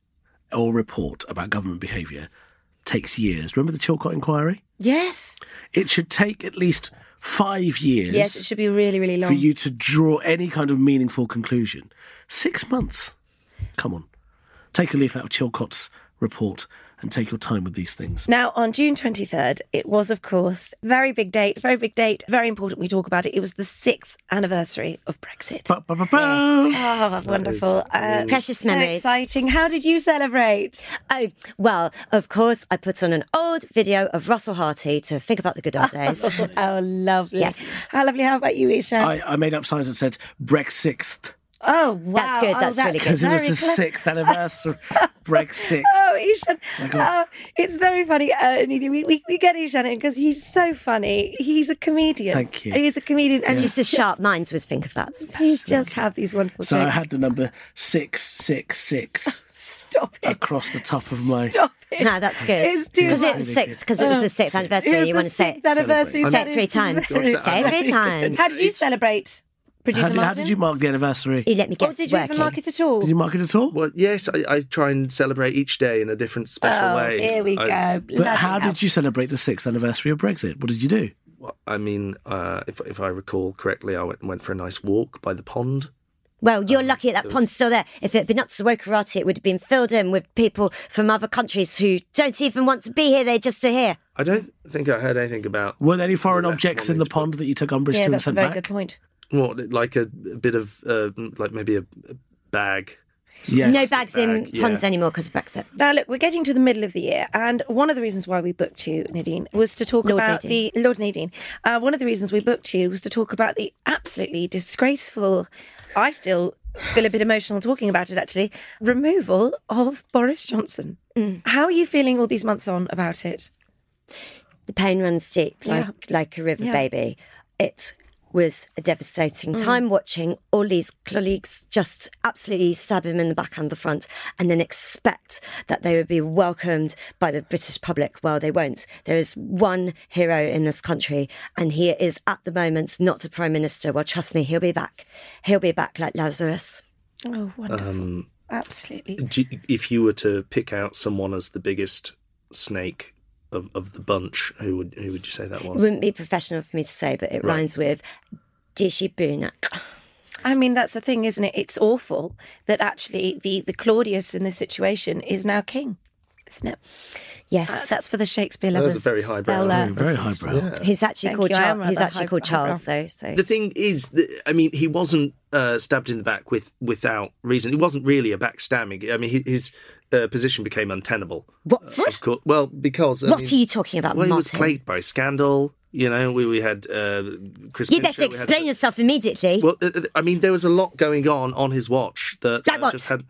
[SPEAKER 4] or report about government behaviour takes years. Remember the Chilcot inquiry?
[SPEAKER 2] Yes.
[SPEAKER 4] It should take at least five years
[SPEAKER 2] Yes, it should be really, really long.
[SPEAKER 4] for you to draw any kind of meaningful conclusion. Six months. Come on. Take a leaf out of Chilcot's report and take your time with these things.
[SPEAKER 2] Now, on June 23rd, it was, of course, very big date, very big date, very important we talk about it. It was the sixth anniversary of Brexit.
[SPEAKER 4] Ba-ba-ba-ba.
[SPEAKER 2] Oh, wonderful. Uh,
[SPEAKER 5] Precious
[SPEAKER 2] so
[SPEAKER 5] memories.
[SPEAKER 2] exciting. How did you celebrate?
[SPEAKER 5] Oh, well, of course, I put on an old video of Russell Harty to think about the good old days.
[SPEAKER 2] Oh, lovely.
[SPEAKER 5] Yes.
[SPEAKER 2] How lovely. How about you, Isha?
[SPEAKER 4] I, I made up signs that said Brexit
[SPEAKER 2] oh, wow.
[SPEAKER 5] That's good,
[SPEAKER 2] Oh,
[SPEAKER 5] that's really good.
[SPEAKER 4] because it was
[SPEAKER 2] very
[SPEAKER 4] the
[SPEAKER 2] clever.
[SPEAKER 4] sixth anniversary. Brexit.
[SPEAKER 2] Oh, Ishan. Oh, it's very funny. Uh, Nidhi, we, we, we get Ishan in because he's so funny. He's a comedian.
[SPEAKER 4] Thank you.
[SPEAKER 2] He's a comedian. And
[SPEAKER 5] It's
[SPEAKER 2] he's
[SPEAKER 5] just as sharp minds would think of that.
[SPEAKER 2] He's just have these wonderful
[SPEAKER 4] So I
[SPEAKER 2] jokes.
[SPEAKER 4] had the number 666
[SPEAKER 2] Stop it.
[SPEAKER 4] across the top of my.
[SPEAKER 2] Stop it.
[SPEAKER 5] No, that's good.
[SPEAKER 2] It's too
[SPEAKER 5] Because
[SPEAKER 2] much.
[SPEAKER 5] it was sixth, because it was the sixth anniversary.
[SPEAKER 2] It was
[SPEAKER 5] you
[SPEAKER 2] the
[SPEAKER 5] want to say
[SPEAKER 2] sixth anniversary.
[SPEAKER 5] Say it
[SPEAKER 2] that
[SPEAKER 5] three
[SPEAKER 2] is
[SPEAKER 5] times. Say
[SPEAKER 2] anniversary.
[SPEAKER 5] it three times.
[SPEAKER 2] How did you celebrate, producer
[SPEAKER 4] How did, how
[SPEAKER 2] Martin?
[SPEAKER 4] did you mark the anniversary?
[SPEAKER 5] He let me get
[SPEAKER 2] or did you
[SPEAKER 5] working.
[SPEAKER 2] even like it at all?
[SPEAKER 4] Did you mark it at all?
[SPEAKER 3] Well, yes, I, I try and celebrate each day in a different special
[SPEAKER 2] oh,
[SPEAKER 3] way.
[SPEAKER 2] here we
[SPEAKER 3] I,
[SPEAKER 2] go.
[SPEAKER 4] but how did you celebrate the sixth anniversary of Brexit? What did you do?
[SPEAKER 3] I mean, uh, if if I recall correctly, I went, went for a nice walk by the pond.
[SPEAKER 5] Well, you're lucky that that pond's still there. If it had been up to the Wokarati, it would have been filled in with people from other countries who don't even want to be here. They're just to hear.
[SPEAKER 3] I don't think I heard anything about
[SPEAKER 4] Were there any foreign
[SPEAKER 3] Yeah,
[SPEAKER 4] objects in
[SPEAKER 3] wanted
[SPEAKER 4] the
[SPEAKER 3] to put-
[SPEAKER 4] pond that you took umbrage
[SPEAKER 2] Yeah,
[SPEAKER 4] to and
[SPEAKER 2] that's a
[SPEAKER 4] sent
[SPEAKER 2] very
[SPEAKER 4] back?
[SPEAKER 2] good point.
[SPEAKER 3] what like a, bit of uh, like maybe a, a bag.
[SPEAKER 4] Yes.
[SPEAKER 5] no bags in
[SPEAKER 3] bag, yeah.
[SPEAKER 5] ponds anymore because of Brexit.
[SPEAKER 2] Now, look, we're getting to the middle of the year, and one of the reasons why we booked you, Nadine, was to talk
[SPEAKER 5] Lord
[SPEAKER 2] about
[SPEAKER 5] Nadine.
[SPEAKER 2] the Lord Nadine. Uh, one of the reasons we booked you was to talk about the absolutely disgraceful. I still feel a bit emotional talking about it. Actually, removal of Boris Johnson. How are you feeling all these months on about it?
[SPEAKER 5] The pain runs deep, like,
[SPEAKER 2] Yeah.
[SPEAKER 5] like a river,
[SPEAKER 2] Yeah. Mm.
[SPEAKER 5] baby. It was a devastating time watching all these colleagues just absolutely stab him in the back and the front and then expect that they would be welcomed by the British public. Well, they won't. There is one hero in this country and he is at the moment not the Prime Minister. Well, trust me, he'll be back. He'll be back like Lazarus.
[SPEAKER 2] Oh, wonderful!
[SPEAKER 3] Um,
[SPEAKER 2] absolutely.
[SPEAKER 3] do you- if you were to pick out someone as the biggest snake of, of the bunch, who would who would you say that
[SPEAKER 5] It
[SPEAKER 3] was?
[SPEAKER 5] wouldn't be professional for me to say, but it
[SPEAKER 3] Right.
[SPEAKER 5] rhymes with Dishibunak.
[SPEAKER 2] I mean, that's the thing, isn't it? It's awful that actually the the Claudius in this situation is now king, isn't it?
[SPEAKER 5] Yes.
[SPEAKER 2] Uh, that's for the Shakespeare
[SPEAKER 3] That
[SPEAKER 2] lovers.
[SPEAKER 3] was a very high
[SPEAKER 2] They'll, uh,
[SPEAKER 4] Oh, very highbrow.
[SPEAKER 5] He's actually
[SPEAKER 2] Thank
[SPEAKER 5] called
[SPEAKER 2] you, I am
[SPEAKER 5] Charles.
[SPEAKER 2] rather
[SPEAKER 5] He's actually
[SPEAKER 2] high-
[SPEAKER 5] called Charles, though. So
[SPEAKER 3] The thing is, that, I mean, he wasn't uh, stabbed in the back with without reason. It wasn't really a backstabbing. I mean, he- his uh, position became untenable.
[SPEAKER 5] what?
[SPEAKER 3] Of course, well, because I
[SPEAKER 5] what
[SPEAKER 3] mean,
[SPEAKER 5] are you talking about,
[SPEAKER 3] Well, he was
[SPEAKER 5] Martin?
[SPEAKER 3] plagued by scandal. You know, we we had uh, Chris.
[SPEAKER 5] You
[SPEAKER 3] Pincher,
[SPEAKER 5] better
[SPEAKER 3] we had-
[SPEAKER 5] explain yourself immediately.
[SPEAKER 3] Well, uh, uh, I mean, there was a lot going on on his watch that
[SPEAKER 5] Like
[SPEAKER 3] uh,
[SPEAKER 5] what?
[SPEAKER 3] just had.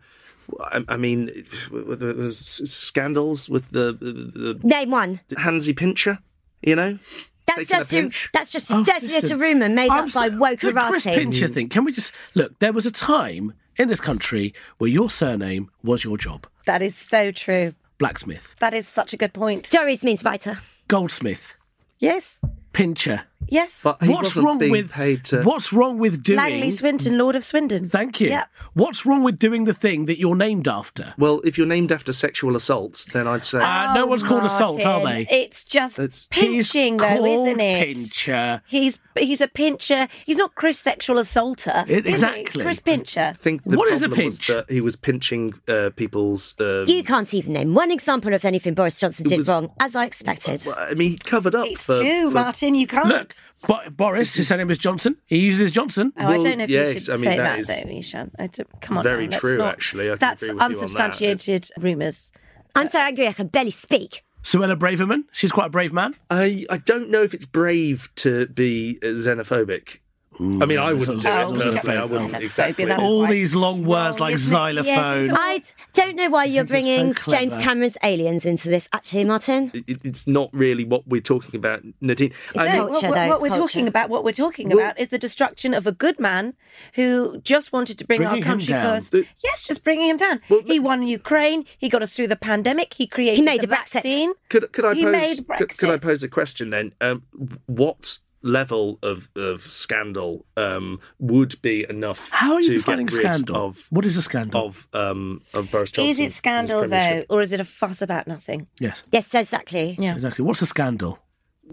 [SPEAKER 3] I, I mean, there was scandals with the, the,
[SPEAKER 5] Name one.
[SPEAKER 3] the Hansi Pincher. You know,
[SPEAKER 5] That's
[SPEAKER 3] taking a
[SPEAKER 5] just a,
[SPEAKER 3] pinch.
[SPEAKER 5] that's just a
[SPEAKER 4] Oh,
[SPEAKER 5] dirty
[SPEAKER 4] listen,
[SPEAKER 5] little rumor made
[SPEAKER 4] I'm
[SPEAKER 5] up
[SPEAKER 4] so-
[SPEAKER 5] by woke
[SPEAKER 4] The Chris
[SPEAKER 5] karate.
[SPEAKER 4] Pincher thing. Can we just look? There was a time in this country where your surname was your job:
[SPEAKER 2] That is so true.
[SPEAKER 4] blacksmith,
[SPEAKER 2] That is such a good point.
[SPEAKER 5] Doris means writer.
[SPEAKER 4] goldsmith,
[SPEAKER 2] Yes.
[SPEAKER 4] pincher.
[SPEAKER 2] Yes.
[SPEAKER 3] But he
[SPEAKER 4] what's
[SPEAKER 3] wasn't
[SPEAKER 4] wrong
[SPEAKER 3] being
[SPEAKER 4] with
[SPEAKER 3] paid to.
[SPEAKER 4] what's wrong with doing?
[SPEAKER 2] Langley Swinton, Lord of Swindon.
[SPEAKER 4] Thank you.
[SPEAKER 2] Yep.
[SPEAKER 4] What's wrong with doing the thing that you're named after?
[SPEAKER 3] Well, if you're named after sexual assault, then I'd say
[SPEAKER 4] Uh, no one's called assault, are
[SPEAKER 2] Oh, Martin,
[SPEAKER 4] they?
[SPEAKER 2] It's just
[SPEAKER 3] It's-
[SPEAKER 2] pinching,
[SPEAKER 4] He's
[SPEAKER 2] though,
[SPEAKER 4] called
[SPEAKER 2] isn't it?
[SPEAKER 4] Pincher.
[SPEAKER 2] He's he's a pincher. He's not Chris sexual assaulter.
[SPEAKER 4] It-
[SPEAKER 2] is he?
[SPEAKER 4] exactly.
[SPEAKER 2] Chris Pincher.
[SPEAKER 3] I think the
[SPEAKER 4] What is a
[SPEAKER 3] problem was
[SPEAKER 4] pinch?
[SPEAKER 3] that he was pinching uh, people's. Uh,
[SPEAKER 5] You can't even name one example of anything Boris Johnson did
[SPEAKER 3] was-
[SPEAKER 5] wrong, as I expected.
[SPEAKER 3] I mean, he covered up
[SPEAKER 2] It's
[SPEAKER 3] for.
[SPEAKER 2] true,
[SPEAKER 3] for-
[SPEAKER 2] Martin. You can't.
[SPEAKER 4] Look, Bo- Boris, his surname is Johnson. He uses Johnson.
[SPEAKER 2] Oh, I
[SPEAKER 3] Well,
[SPEAKER 2] don't know if you
[SPEAKER 3] yes,
[SPEAKER 2] should
[SPEAKER 3] I mean,
[SPEAKER 2] say
[SPEAKER 3] that
[SPEAKER 2] that,
[SPEAKER 3] is
[SPEAKER 2] though, Nishan. I don't, come on,
[SPEAKER 3] very
[SPEAKER 2] now, let's
[SPEAKER 3] true,
[SPEAKER 2] not-
[SPEAKER 3] actually. I can
[SPEAKER 2] that's
[SPEAKER 3] agree with you on that.
[SPEAKER 2] unsubstantiated rumours.
[SPEAKER 5] I'm so angry I can barely speak.
[SPEAKER 4] Suella Braverman. She's quite a brave man.
[SPEAKER 3] I, I don't know if it's brave to be uh, xenophobic. I mean, I wouldn't do
[SPEAKER 2] Oh,
[SPEAKER 3] it personally. I
[SPEAKER 2] that's
[SPEAKER 3] wouldn't
[SPEAKER 2] xenophobia,
[SPEAKER 3] exactly.
[SPEAKER 2] that's-
[SPEAKER 4] All
[SPEAKER 2] quite
[SPEAKER 4] these long words like
[SPEAKER 2] isn't it? Yes,
[SPEAKER 4] xylophone.
[SPEAKER 2] it's all-
[SPEAKER 5] I d- don't know why you're
[SPEAKER 4] think it's so
[SPEAKER 5] bringing
[SPEAKER 4] clever.
[SPEAKER 5] James Cameron's aliens into this, actually, Martin.
[SPEAKER 3] It- it's not really what we're talking about, Nadine. I
[SPEAKER 2] So
[SPEAKER 3] mean,
[SPEAKER 5] culture,
[SPEAKER 2] what, what-
[SPEAKER 5] though,
[SPEAKER 2] what
[SPEAKER 5] it's
[SPEAKER 2] we're
[SPEAKER 5] culture.
[SPEAKER 2] talking about, what we're talking about, is the destruction of a good man who just wanted to bring our
[SPEAKER 4] Bringing him
[SPEAKER 2] country
[SPEAKER 4] down.
[SPEAKER 2] first. yes, just bringing him down. he won Ukraine. He got us through the pandemic. He created.
[SPEAKER 5] He made
[SPEAKER 2] the
[SPEAKER 5] a Brexit.
[SPEAKER 2] vaccine.
[SPEAKER 3] could could I
[SPEAKER 2] He
[SPEAKER 3] pose
[SPEAKER 2] made
[SPEAKER 3] could, could I
[SPEAKER 2] Brexit.
[SPEAKER 3] pose a question then? Um, what level of of scandal um, would be enough?
[SPEAKER 4] How are
[SPEAKER 3] to
[SPEAKER 4] you
[SPEAKER 3] get
[SPEAKER 4] defining
[SPEAKER 3] rid
[SPEAKER 4] scandal?
[SPEAKER 3] of
[SPEAKER 4] what is a scandal?
[SPEAKER 3] of um of Boris Johnson?
[SPEAKER 2] Is it scandal though, or is it a fuss about nothing?
[SPEAKER 4] yes,
[SPEAKER 5] Yes, exactly.
[SPEAKER 2] Yeah.
[SPEAKER 4] exactly. What's a scandal?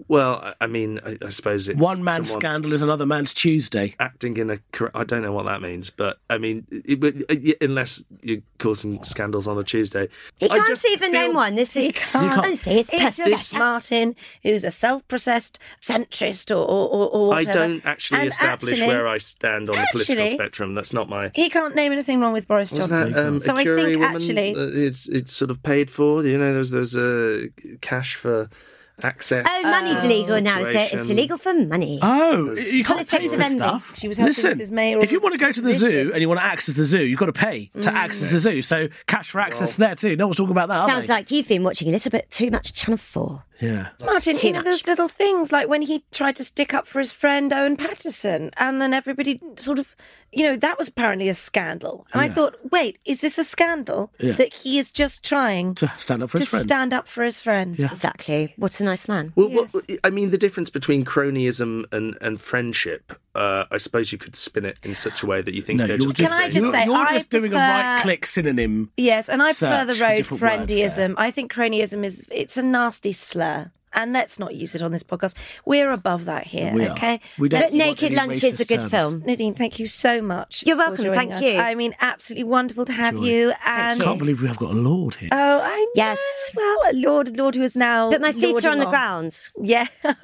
[SPEAKER 3] Well, I- I mean, I, I suppose it's
[SPEAKER 4] One man's
[SPEAKER 3] someone
[SPEAKER 4] scandal is another man's Tuesday.
[SPEAKER 3] Acting in a cor- I don't know what that means, but I mean, it, would- uh, unless you're causing scandals on a Tuesday,
[SPEAKER 5] He
[SPEAKER 3] I
[SPEAKER 5] can't
[SPEAKER 3] just
[SPEAKER 5] even
[SPEAKER 3] feel-
[SPEAKER 5] name one. This is
[SPEAKER 4] can't.
[SPEAKER 5] honestly, it's
[SPEAKER 2] It's
[SPEAKER 5] pathetic.
[SPEAKER 2] just Martin, who's a self-processed centrist or or, or, or
[SPEAKER 3] I
[SPEAKER 2] whatever.
[SPEAKER 3] don't actually
[SPEAKER 2] And
[SPEAKER 3] establish
[SPEAKER 2] actually,
[SPEAKER 3] where I stand on the political
[SPEAKER 2] actually-
[SPEAKER 3] spectrum. That's not my
[SPEAKER 2] He can't name anything wrong with Boris
[SPEAKER 3] Wasn't
[SPEAKER 2] Johnson.
[SPEAKER 3] that um,
[SPEAKER 2] so
[SPEAKER 3] a
[SPEAKER 2] I
[SPEAKER 3] jury
[SPEAKER 2] think
[SPEAKER 3] woman?
[SPEAKER 2] actually,
[SPEAKER 3] uh, it's it's sort of paid for. You know, there's there's uh, cash for access. uh,
[SPEAKER 5] Oh, money's illegal now, is it? It's
[SPEAKER 3] Situation.
[SPEAKER 5] illegal for money.
[SPEAKER 4] Um, Oh, you can't
[SPEAKER 5] Politics
[SPEAKER 4] pay
[SPEAKER 5] of
[SPEAKER 4] for
[SPEAKER 5] envy.
[SPEAKER 4] stuff.
[SPEAKER 2] She was helping
[SPEAKER 4] Listen,
[SPEAKER 2] with his mayoral
[SPEAKER 4] if you want to go to the
[SPEAKER 2] position. Mm.
[SPEAKER 4] zoo and you want to access the zoo, you've got to pay to access the zoo. So cash for access there too. No one's talking about that. are
[SPEAKER 5] Sounds
[SPEAKER 4] they?
[SPEAKER 5] like you've been watching a little bit too much Channel 4.
[SPEAKER 4] yeah.
[SPEAKER 2] Martin,
[SPEAKER 5] Too
[SPEAKER 2] you know
[SPEAKER 5] much.
[SPEAKER 2] those little things like when he tried to stick up for his friend Owen Patterson, and then everybody sort of, you know, that was apparently a scandal. And I thought, wait, is this a scandal
[SPEAKER 4] Yeah.
[SPEAKER 2] that he is just trying to,
[SPEAKER 4] To stand up for his friend.
[SPEAKER 2] stand up for his friend?
[SPEAKER 4] Yeah.
[SPEAKER 5] Exactly. What a nice man.
[SPEAKER 3] Well, what, I mean, the difference between cronyism and and friendship. Uh, I suppose you could spin it in such a way that you think
[SPEAKER 4] no,
[SPEAKER 3] they're
[SPEAKER 4] you're
[SPEAKER 3] just.
[SPEAKER 4] just,
[SPEAKER 2] Can I just
[SPEAKER 4] you're,
[SPEAKER 2] say,
[SPEAKER 4] you're
[SPEAKER 2] I
[SPEAKER 4] just doing a
[SPEAKER 2] prefer-
[SPEAKER 4] right-click synonym.
[SPEAKER 2] Yes, and I prefer
[SPEAKER 4] Search
[SPEAKER 2] the
[SPEAKER 4] for
[SPEAKER 2] road
[SPEAKER 4] different words there.
[SPEAKER 2] friendism. I think cronyism is it's a nasty slur. And let's not use it on this podcast. We're above that here,
[SPEAKER 4] We are.
[SPEAKER 2] okay? Uh,
[SPEAKER 4] We don't
[SPEAKER 5] But
[SPEAKER 4] want
[SPEAKER 5] Naked
[SPEAKER 4] any
[SPEAKER 5] Lunch is a
[SPEAKER 4] racist
[SPEAKER 5] good
[SPEAKER 4] terms.
[SPEAKER 5] film.
[SPEAKER 2] Nadine, thank you so much.
[SPEAKER 5] You're
[SPEAKER 2] for
[SPEAKER 5] welcome.
[SPEAKER 2] joining
[SPEAKER 5] Thank
[SPEAKER 2] us.
[SPEAKER 5] you.
[SPEAKER 2] I mean, absolutely wonderful to have you. And
[SPEAKER 4] Can't believe we have got a lord here.
[SPEAKER 2] oh, I know.
[SPEAKER 5] Yes.
[SPEAKER 2] Well, a lord, a lord who is now.
[SPEAKER 5] But my feet are on
[SPEAKER 2] lording
[SPEAKER 5] the
[SPEAKER 2] off.
[SPEAKER 5] ground.
[SPEAKER 2] Yeah,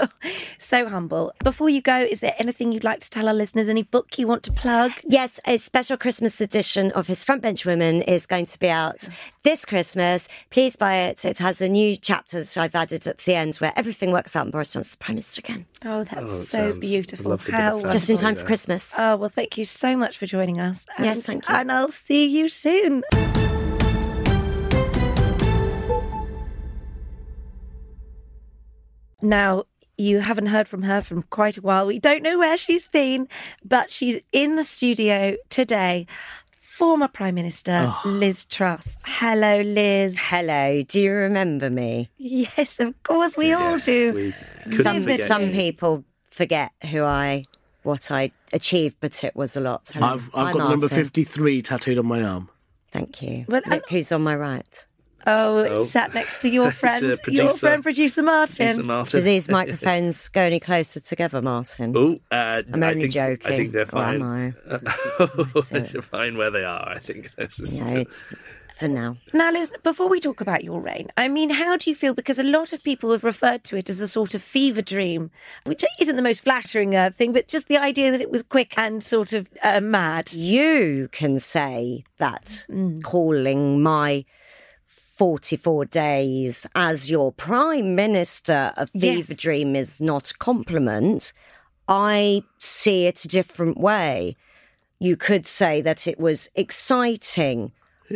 [SPEAKER 2] so humble. Before you go, is there anything you'd like to tell our listeners? Any book you want to plug?
[SPEAKER 5] Yes, a special Christmas edition of his Frontbench Women is going to be out this Christmas. Please buy it. It has a new chapter that I've added at the end where everything works out and Boris Johnson's Prime Minister again.
[SPEAKER 2] Oh, that's
[SPEAKER 3] Oh, it
[SPEAKER 2] so
[SPEAKER 3] sounds- I'd
[SPEAKER 2] beautiful.
[SPEAKER 3] love to get a
[SPEAKER 2] How
[SPEAKER 3] fancy
[SPEAKER 5] Just in
[SPEAKER 3] Absolutely.
[SPEAKER 5] time for Christmas.
[SPEAKER 2] Oh, well, thank you so much for joining us. And,
[SPEAKER 5] Yes, thank you.
[SPEAKER 2] And I'll see you soon. Now, you haven't heard from her from quite a while. We don't know where she's been, but she's in the studio today. Former Prime Minister Liz Truss. Hello, Liz.
[SPEAKER 5] Hello, do you remember me?
[SPEAKER 2] Yes, of course, we all
[SPEAKER 3] Yes,
[SPEAKER 2] do.
[SPEAKER 3] we couldn't
[SPEAKER 5] Some,
[SPEAKER 3] forget
[SPEAKER 5] some
[SPEAKER 3] you.
[SPEAKER 5] people forget who I, what I achieved, but it was a lot. Hello,
[SPEAKER 4] I've, I've
[SPEAKER 5] I'm
[SPEAKER 4] got the number
[SPEAKER 5] Martin.
[SPEAKER 4] 53 tattooed on my arm.
[SPEAKER 5] Thank you.
[SPEAKER 2] Well,
[SPEAKER 5] Look who's on my right.
[SPEAKER 2] Oh,
[SPEAKER 3] Oh.
[SPEAKER 2] sat next to your
[SPEAKER 3] He's a
[SPEAKER 2] friend, your
[SPEAKER 3] producer.
[SPEAKER 2] friend, producer Martin.
[SPEAKER 3] Lisa
[SPEAKER 5] Do
[SPEAKER 3] Martin.
[SPEAKER 5] these microphones go any closer together, Martin?
[SPEAKER 3] Oh, uh,
[SPEAKER 5] I'm
[SPEAKER 3] I
[SPEAKER 5] only
[SPEAKER 3] think,
[SPEAKER 5] joking.
[SPEAKER 3] I think they're
[SPEAKER 5] Or am
[SPEAKER 3] fine.
[SPEAKER 5] I?
[SPEAKER 3] they're fine where they are. I think this is.
[SPEAKER 5] No, it's for now.
[SPEAKER 2] Now, Liz, before we talk about your reign, I mean, how do you feel? Because a lot of people have referred to it as a sort of fever dream, which isn't the most flattering uh, thing, but just the idea that it was quick and sort of uh, mad.
[SPEAKER 5] you can say that
[SPEAKER 2] Mm.
[SPEAKER 5] calling my 44 days as your prime minister a fever
[SPEAKER 2] Yes.
[SPEAKER 5] dream is not a compliment. I see it a different way. You could say that it was exciting,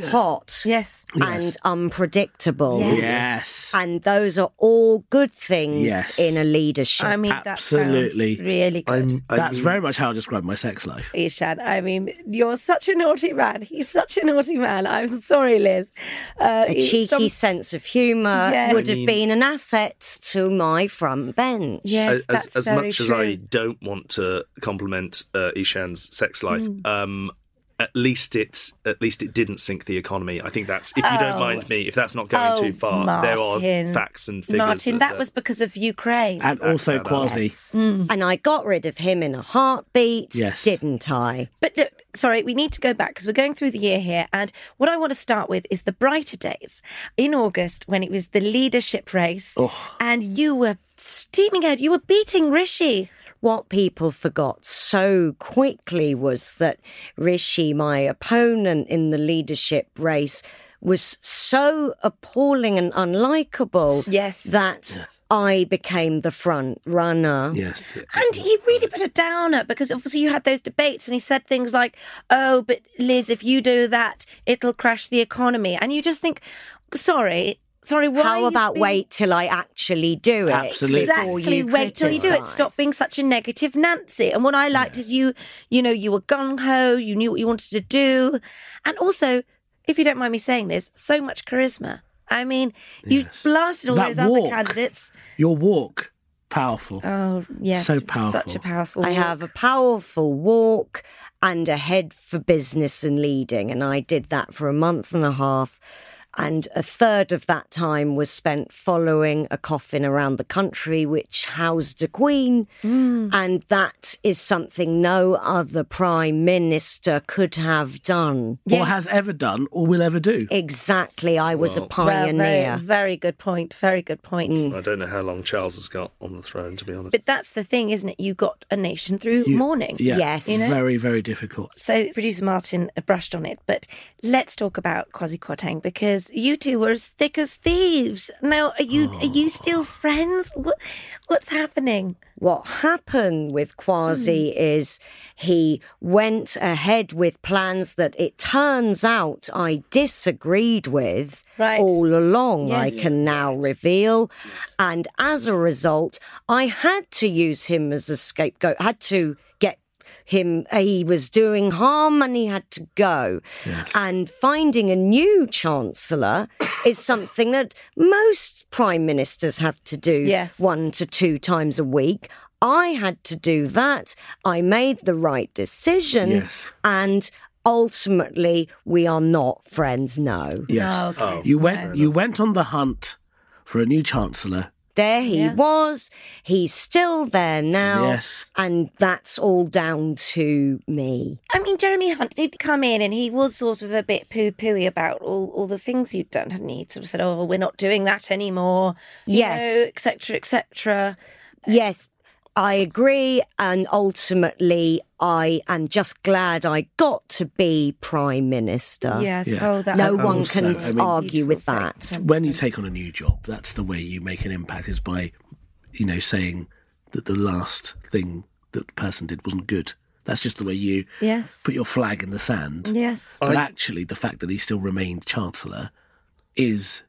[SPEAKER 5] hot
[SPEAKER 2] Yes.
[SPEAKER 5] and unpredictable.
[SPEAKER 2] Yeah.
[SPEAKER 4] Yes.
[SPEAKER 5] And those are all good things
[SPEAKER 4] Yes.
[SPEAKER 5] in a leadership.
[SPEAKER 2] I mean,
[SPEAKER 4] Absolutely.
[SPEAKER 2] That sounds really good.
[SPEAKER 3] I'm, I
[SPEAKER 4] That's
[SPEAKER 3] mean-
[SPEAKER 4] very much how I describe my sex life.
[SPEAKER 2] Ishan, I mean, you're such a naughty man. He's such a naughty man. I'm sorry, Liz. Uh,
[SPEAKER 5] a
[SPEAKER 2] he- some-
[SPEAKER 5] cheeky sense of humour
[SPEAKER 2] Yes.
[SPEAKER 5] would
[SPEAKER 2] I
[SPEAKER 5] have been an asset to my front bench.
[SPEAKER 2] yes,
[SPEAKER 3] as, as,
[SPEAKER 2] that's
[SPEAKER 3] as
[SPEAKER 2] very
[SPEAKER 3] much
[SPEAKER 2] true.
[SPEAKER 3] as I don't want to compliment uh, Ishan's sex life,
[SPEAKER 2] Hmm.
[SPEAKER 3] um, at least it's at least it didn't sink the economy. I think that's if you don't
[SPEAKER 2] Oh.
[SPEAKER 3] mind me, if that's not going
[SPEAKER 2] Oh,
[SPEAKER 3] too far, there
[SPEAKER 2] Martin.
[SPEAKER 3] are facts and figures.
[SPEAKER 2] Martin, that was because of Ukraine.
[SPEAKER 4] And also Quasi.
[SPEAKER 2] Mm.
[SPEAKER 5] And I got rid of him in a heartbeat,
[SPEAKER 4] Yes.
[SPEAKER 5] didn't I?
[SPEAKER 2] But look, sorry, we need to go back because we're going through the year here. And what I want to start with is the brighter days in August when it was the leadership race and you were steaming out, you were beating Rishi.
[SPEAKER 5] What people forgot so quickly was that Rishi, my opponent in the leadership race, was so appalling and unlikable
[SPEAKER 2] Yes.
[SPEAKER 5] that I became the front runner.
[SPEAKER 4] Yes.
[SPEAKER 2] And he really put a downer because obviously you had those debates and he said things like, oh, but Liz, if you do that, it'll crash the economy. And you just think, sorry, sorry, why? are
[SPEAKER 5] How
[SPEAKER 2] you
[SPEAKER 5] about
[SPEAKER 2] being-
[SPEAKER 5] wait till I actually do it?
[SPEAKER 4] Absolutely.
[SPEAKER 5] before
[SPEAKER 2] Exactly.
[SPEAKER 5] you
[SPEAKER 2] Wait till you do it. Stop
[SPEAKER 5] criticise?
[SPEAKER 2] being such a negative Nancy. And what I liked is you, you know, you were gung ho. You knew what you wanted to do, and also, if you don't mind me saying this, so much charisma. I mean, you blasted all
[SPEAKER 4] That
[SPEAKER 2] those other
[SPEAKER 4] walk.
[SPEAKER 2] candidates.
[SPEAKER 4] Your walk, powerful.
[SPEAKER 2] Oh yes,
[SPEAKER 4] So
[SPEAKER 2] it was Such a
[SPEAKER 4] powerful.
[SPEAKER 2] powerful.
[SPEAKER 5] I
[SPEAKER 2] walk.
[SPEAKER 5] have a powerful walk and a head for business and leading. And I did that for a month and a half. And a third of that time was spent following a coffin around the country, which housed a queen.
[SPEAKER 2] Mm.
[SPEAKER 5] And that is something no other prime minister could have done.
[SPEAKER 4] Or has ever done or will ever do.
[SPEAKER 5] Exactly. I was a
[SPEAKER 2] Well,
[SPEAKER 5] pioneer.
[SPEAKER 2] very, very good point. Very good point.
[SPEAKER 5] Mm.
[SPEAKER 3] I don't know how long Charles has got on the throne, to be honest.
[SPEAKER 2] But that's the thing, isn't it? You got a nation through mourning.
[SPEAKER 4] Yeah.
[SPEAKER 5] Yes. You know?
[SPEAKER 4] Very, very difficult.
[SPEAKER 2] So producer Martin brushed on it, but let's talk about Quasi Kwarteng because you two were as thick as thieves. Now, are you are you still friends? What, what's happening?
[SPEAKER 5] What happened with Quasi
[SPEAKER 2] Hmm.
[SPEAKER 5] is he went ahead with plans that it turns out I disagreed with
[SPEAKER 2] Right.
[SPEAKER 5] all along, I
[SPEAKER 2] Yes.
[SPEAKER 5] can now reveal. And as a result, I had to use him as a scapegoat, had to get him uh, he was doing harm and he had to go and finding a new chancellor is something that most prime ministers have to do
[SPEAKER 2] Yes.
[SPEAKER 5] one to two times a week i had to do that i made the right decision
[SPEAKER 4] Yes.
[SPEAKER 5] and ultimately we are not friends no
[SPEAKER 4] Yes.
[SPEAKER 2] Oh, okay.
[SPEAKER 4] You went you went on the hunt for a new chancellor.
[SPEAKER 5] there he
[SPEAKER 2] Yes.
[SPEAKER 5] was he's still there now
[SPEAKER 4] Yes.
[SPEAKER 5] and that's all down to me
[SPEAKER 2] I mean, Jeremy Hunt did come in and he was sort of a bit poo pooey about all, all the things you'd done, hadn't he? He'd sort of said, oh, we're not doing that anymore. you
[SPEAKER 5] Yes.
[SPEAKER 2] know, Et cetera, et cetera.
[SPEAKER 5] Yes, I agree. And ultimately, I am just glad I got to be Prime Minister.
[SPEAKER 2] Yes.
[SPEAKER 4] Yeah.
[SPEAKER 2] Oh, that
[SPEAKER 5] Uh, No
[SPEAKER 4] And
[SPEAKER 5] one
[SPEAKER 4] also,
[SPEAKER 5] can
[SPEAKER 4] I mean-
[SPEAKER 5] argue with that.
[SPEAKER 4] When you take on a new job, that's the way you make an impact is by, you know, saying that the last thing that the person did wasn't good. That's just the way you
[SPEAKER 2] Yes.
[SPEAKER 4] put your flag in the sand.
[SPEAKER 2] Yes.
[SPEAKER 4] But actually, the fact that he still remained Chancellor is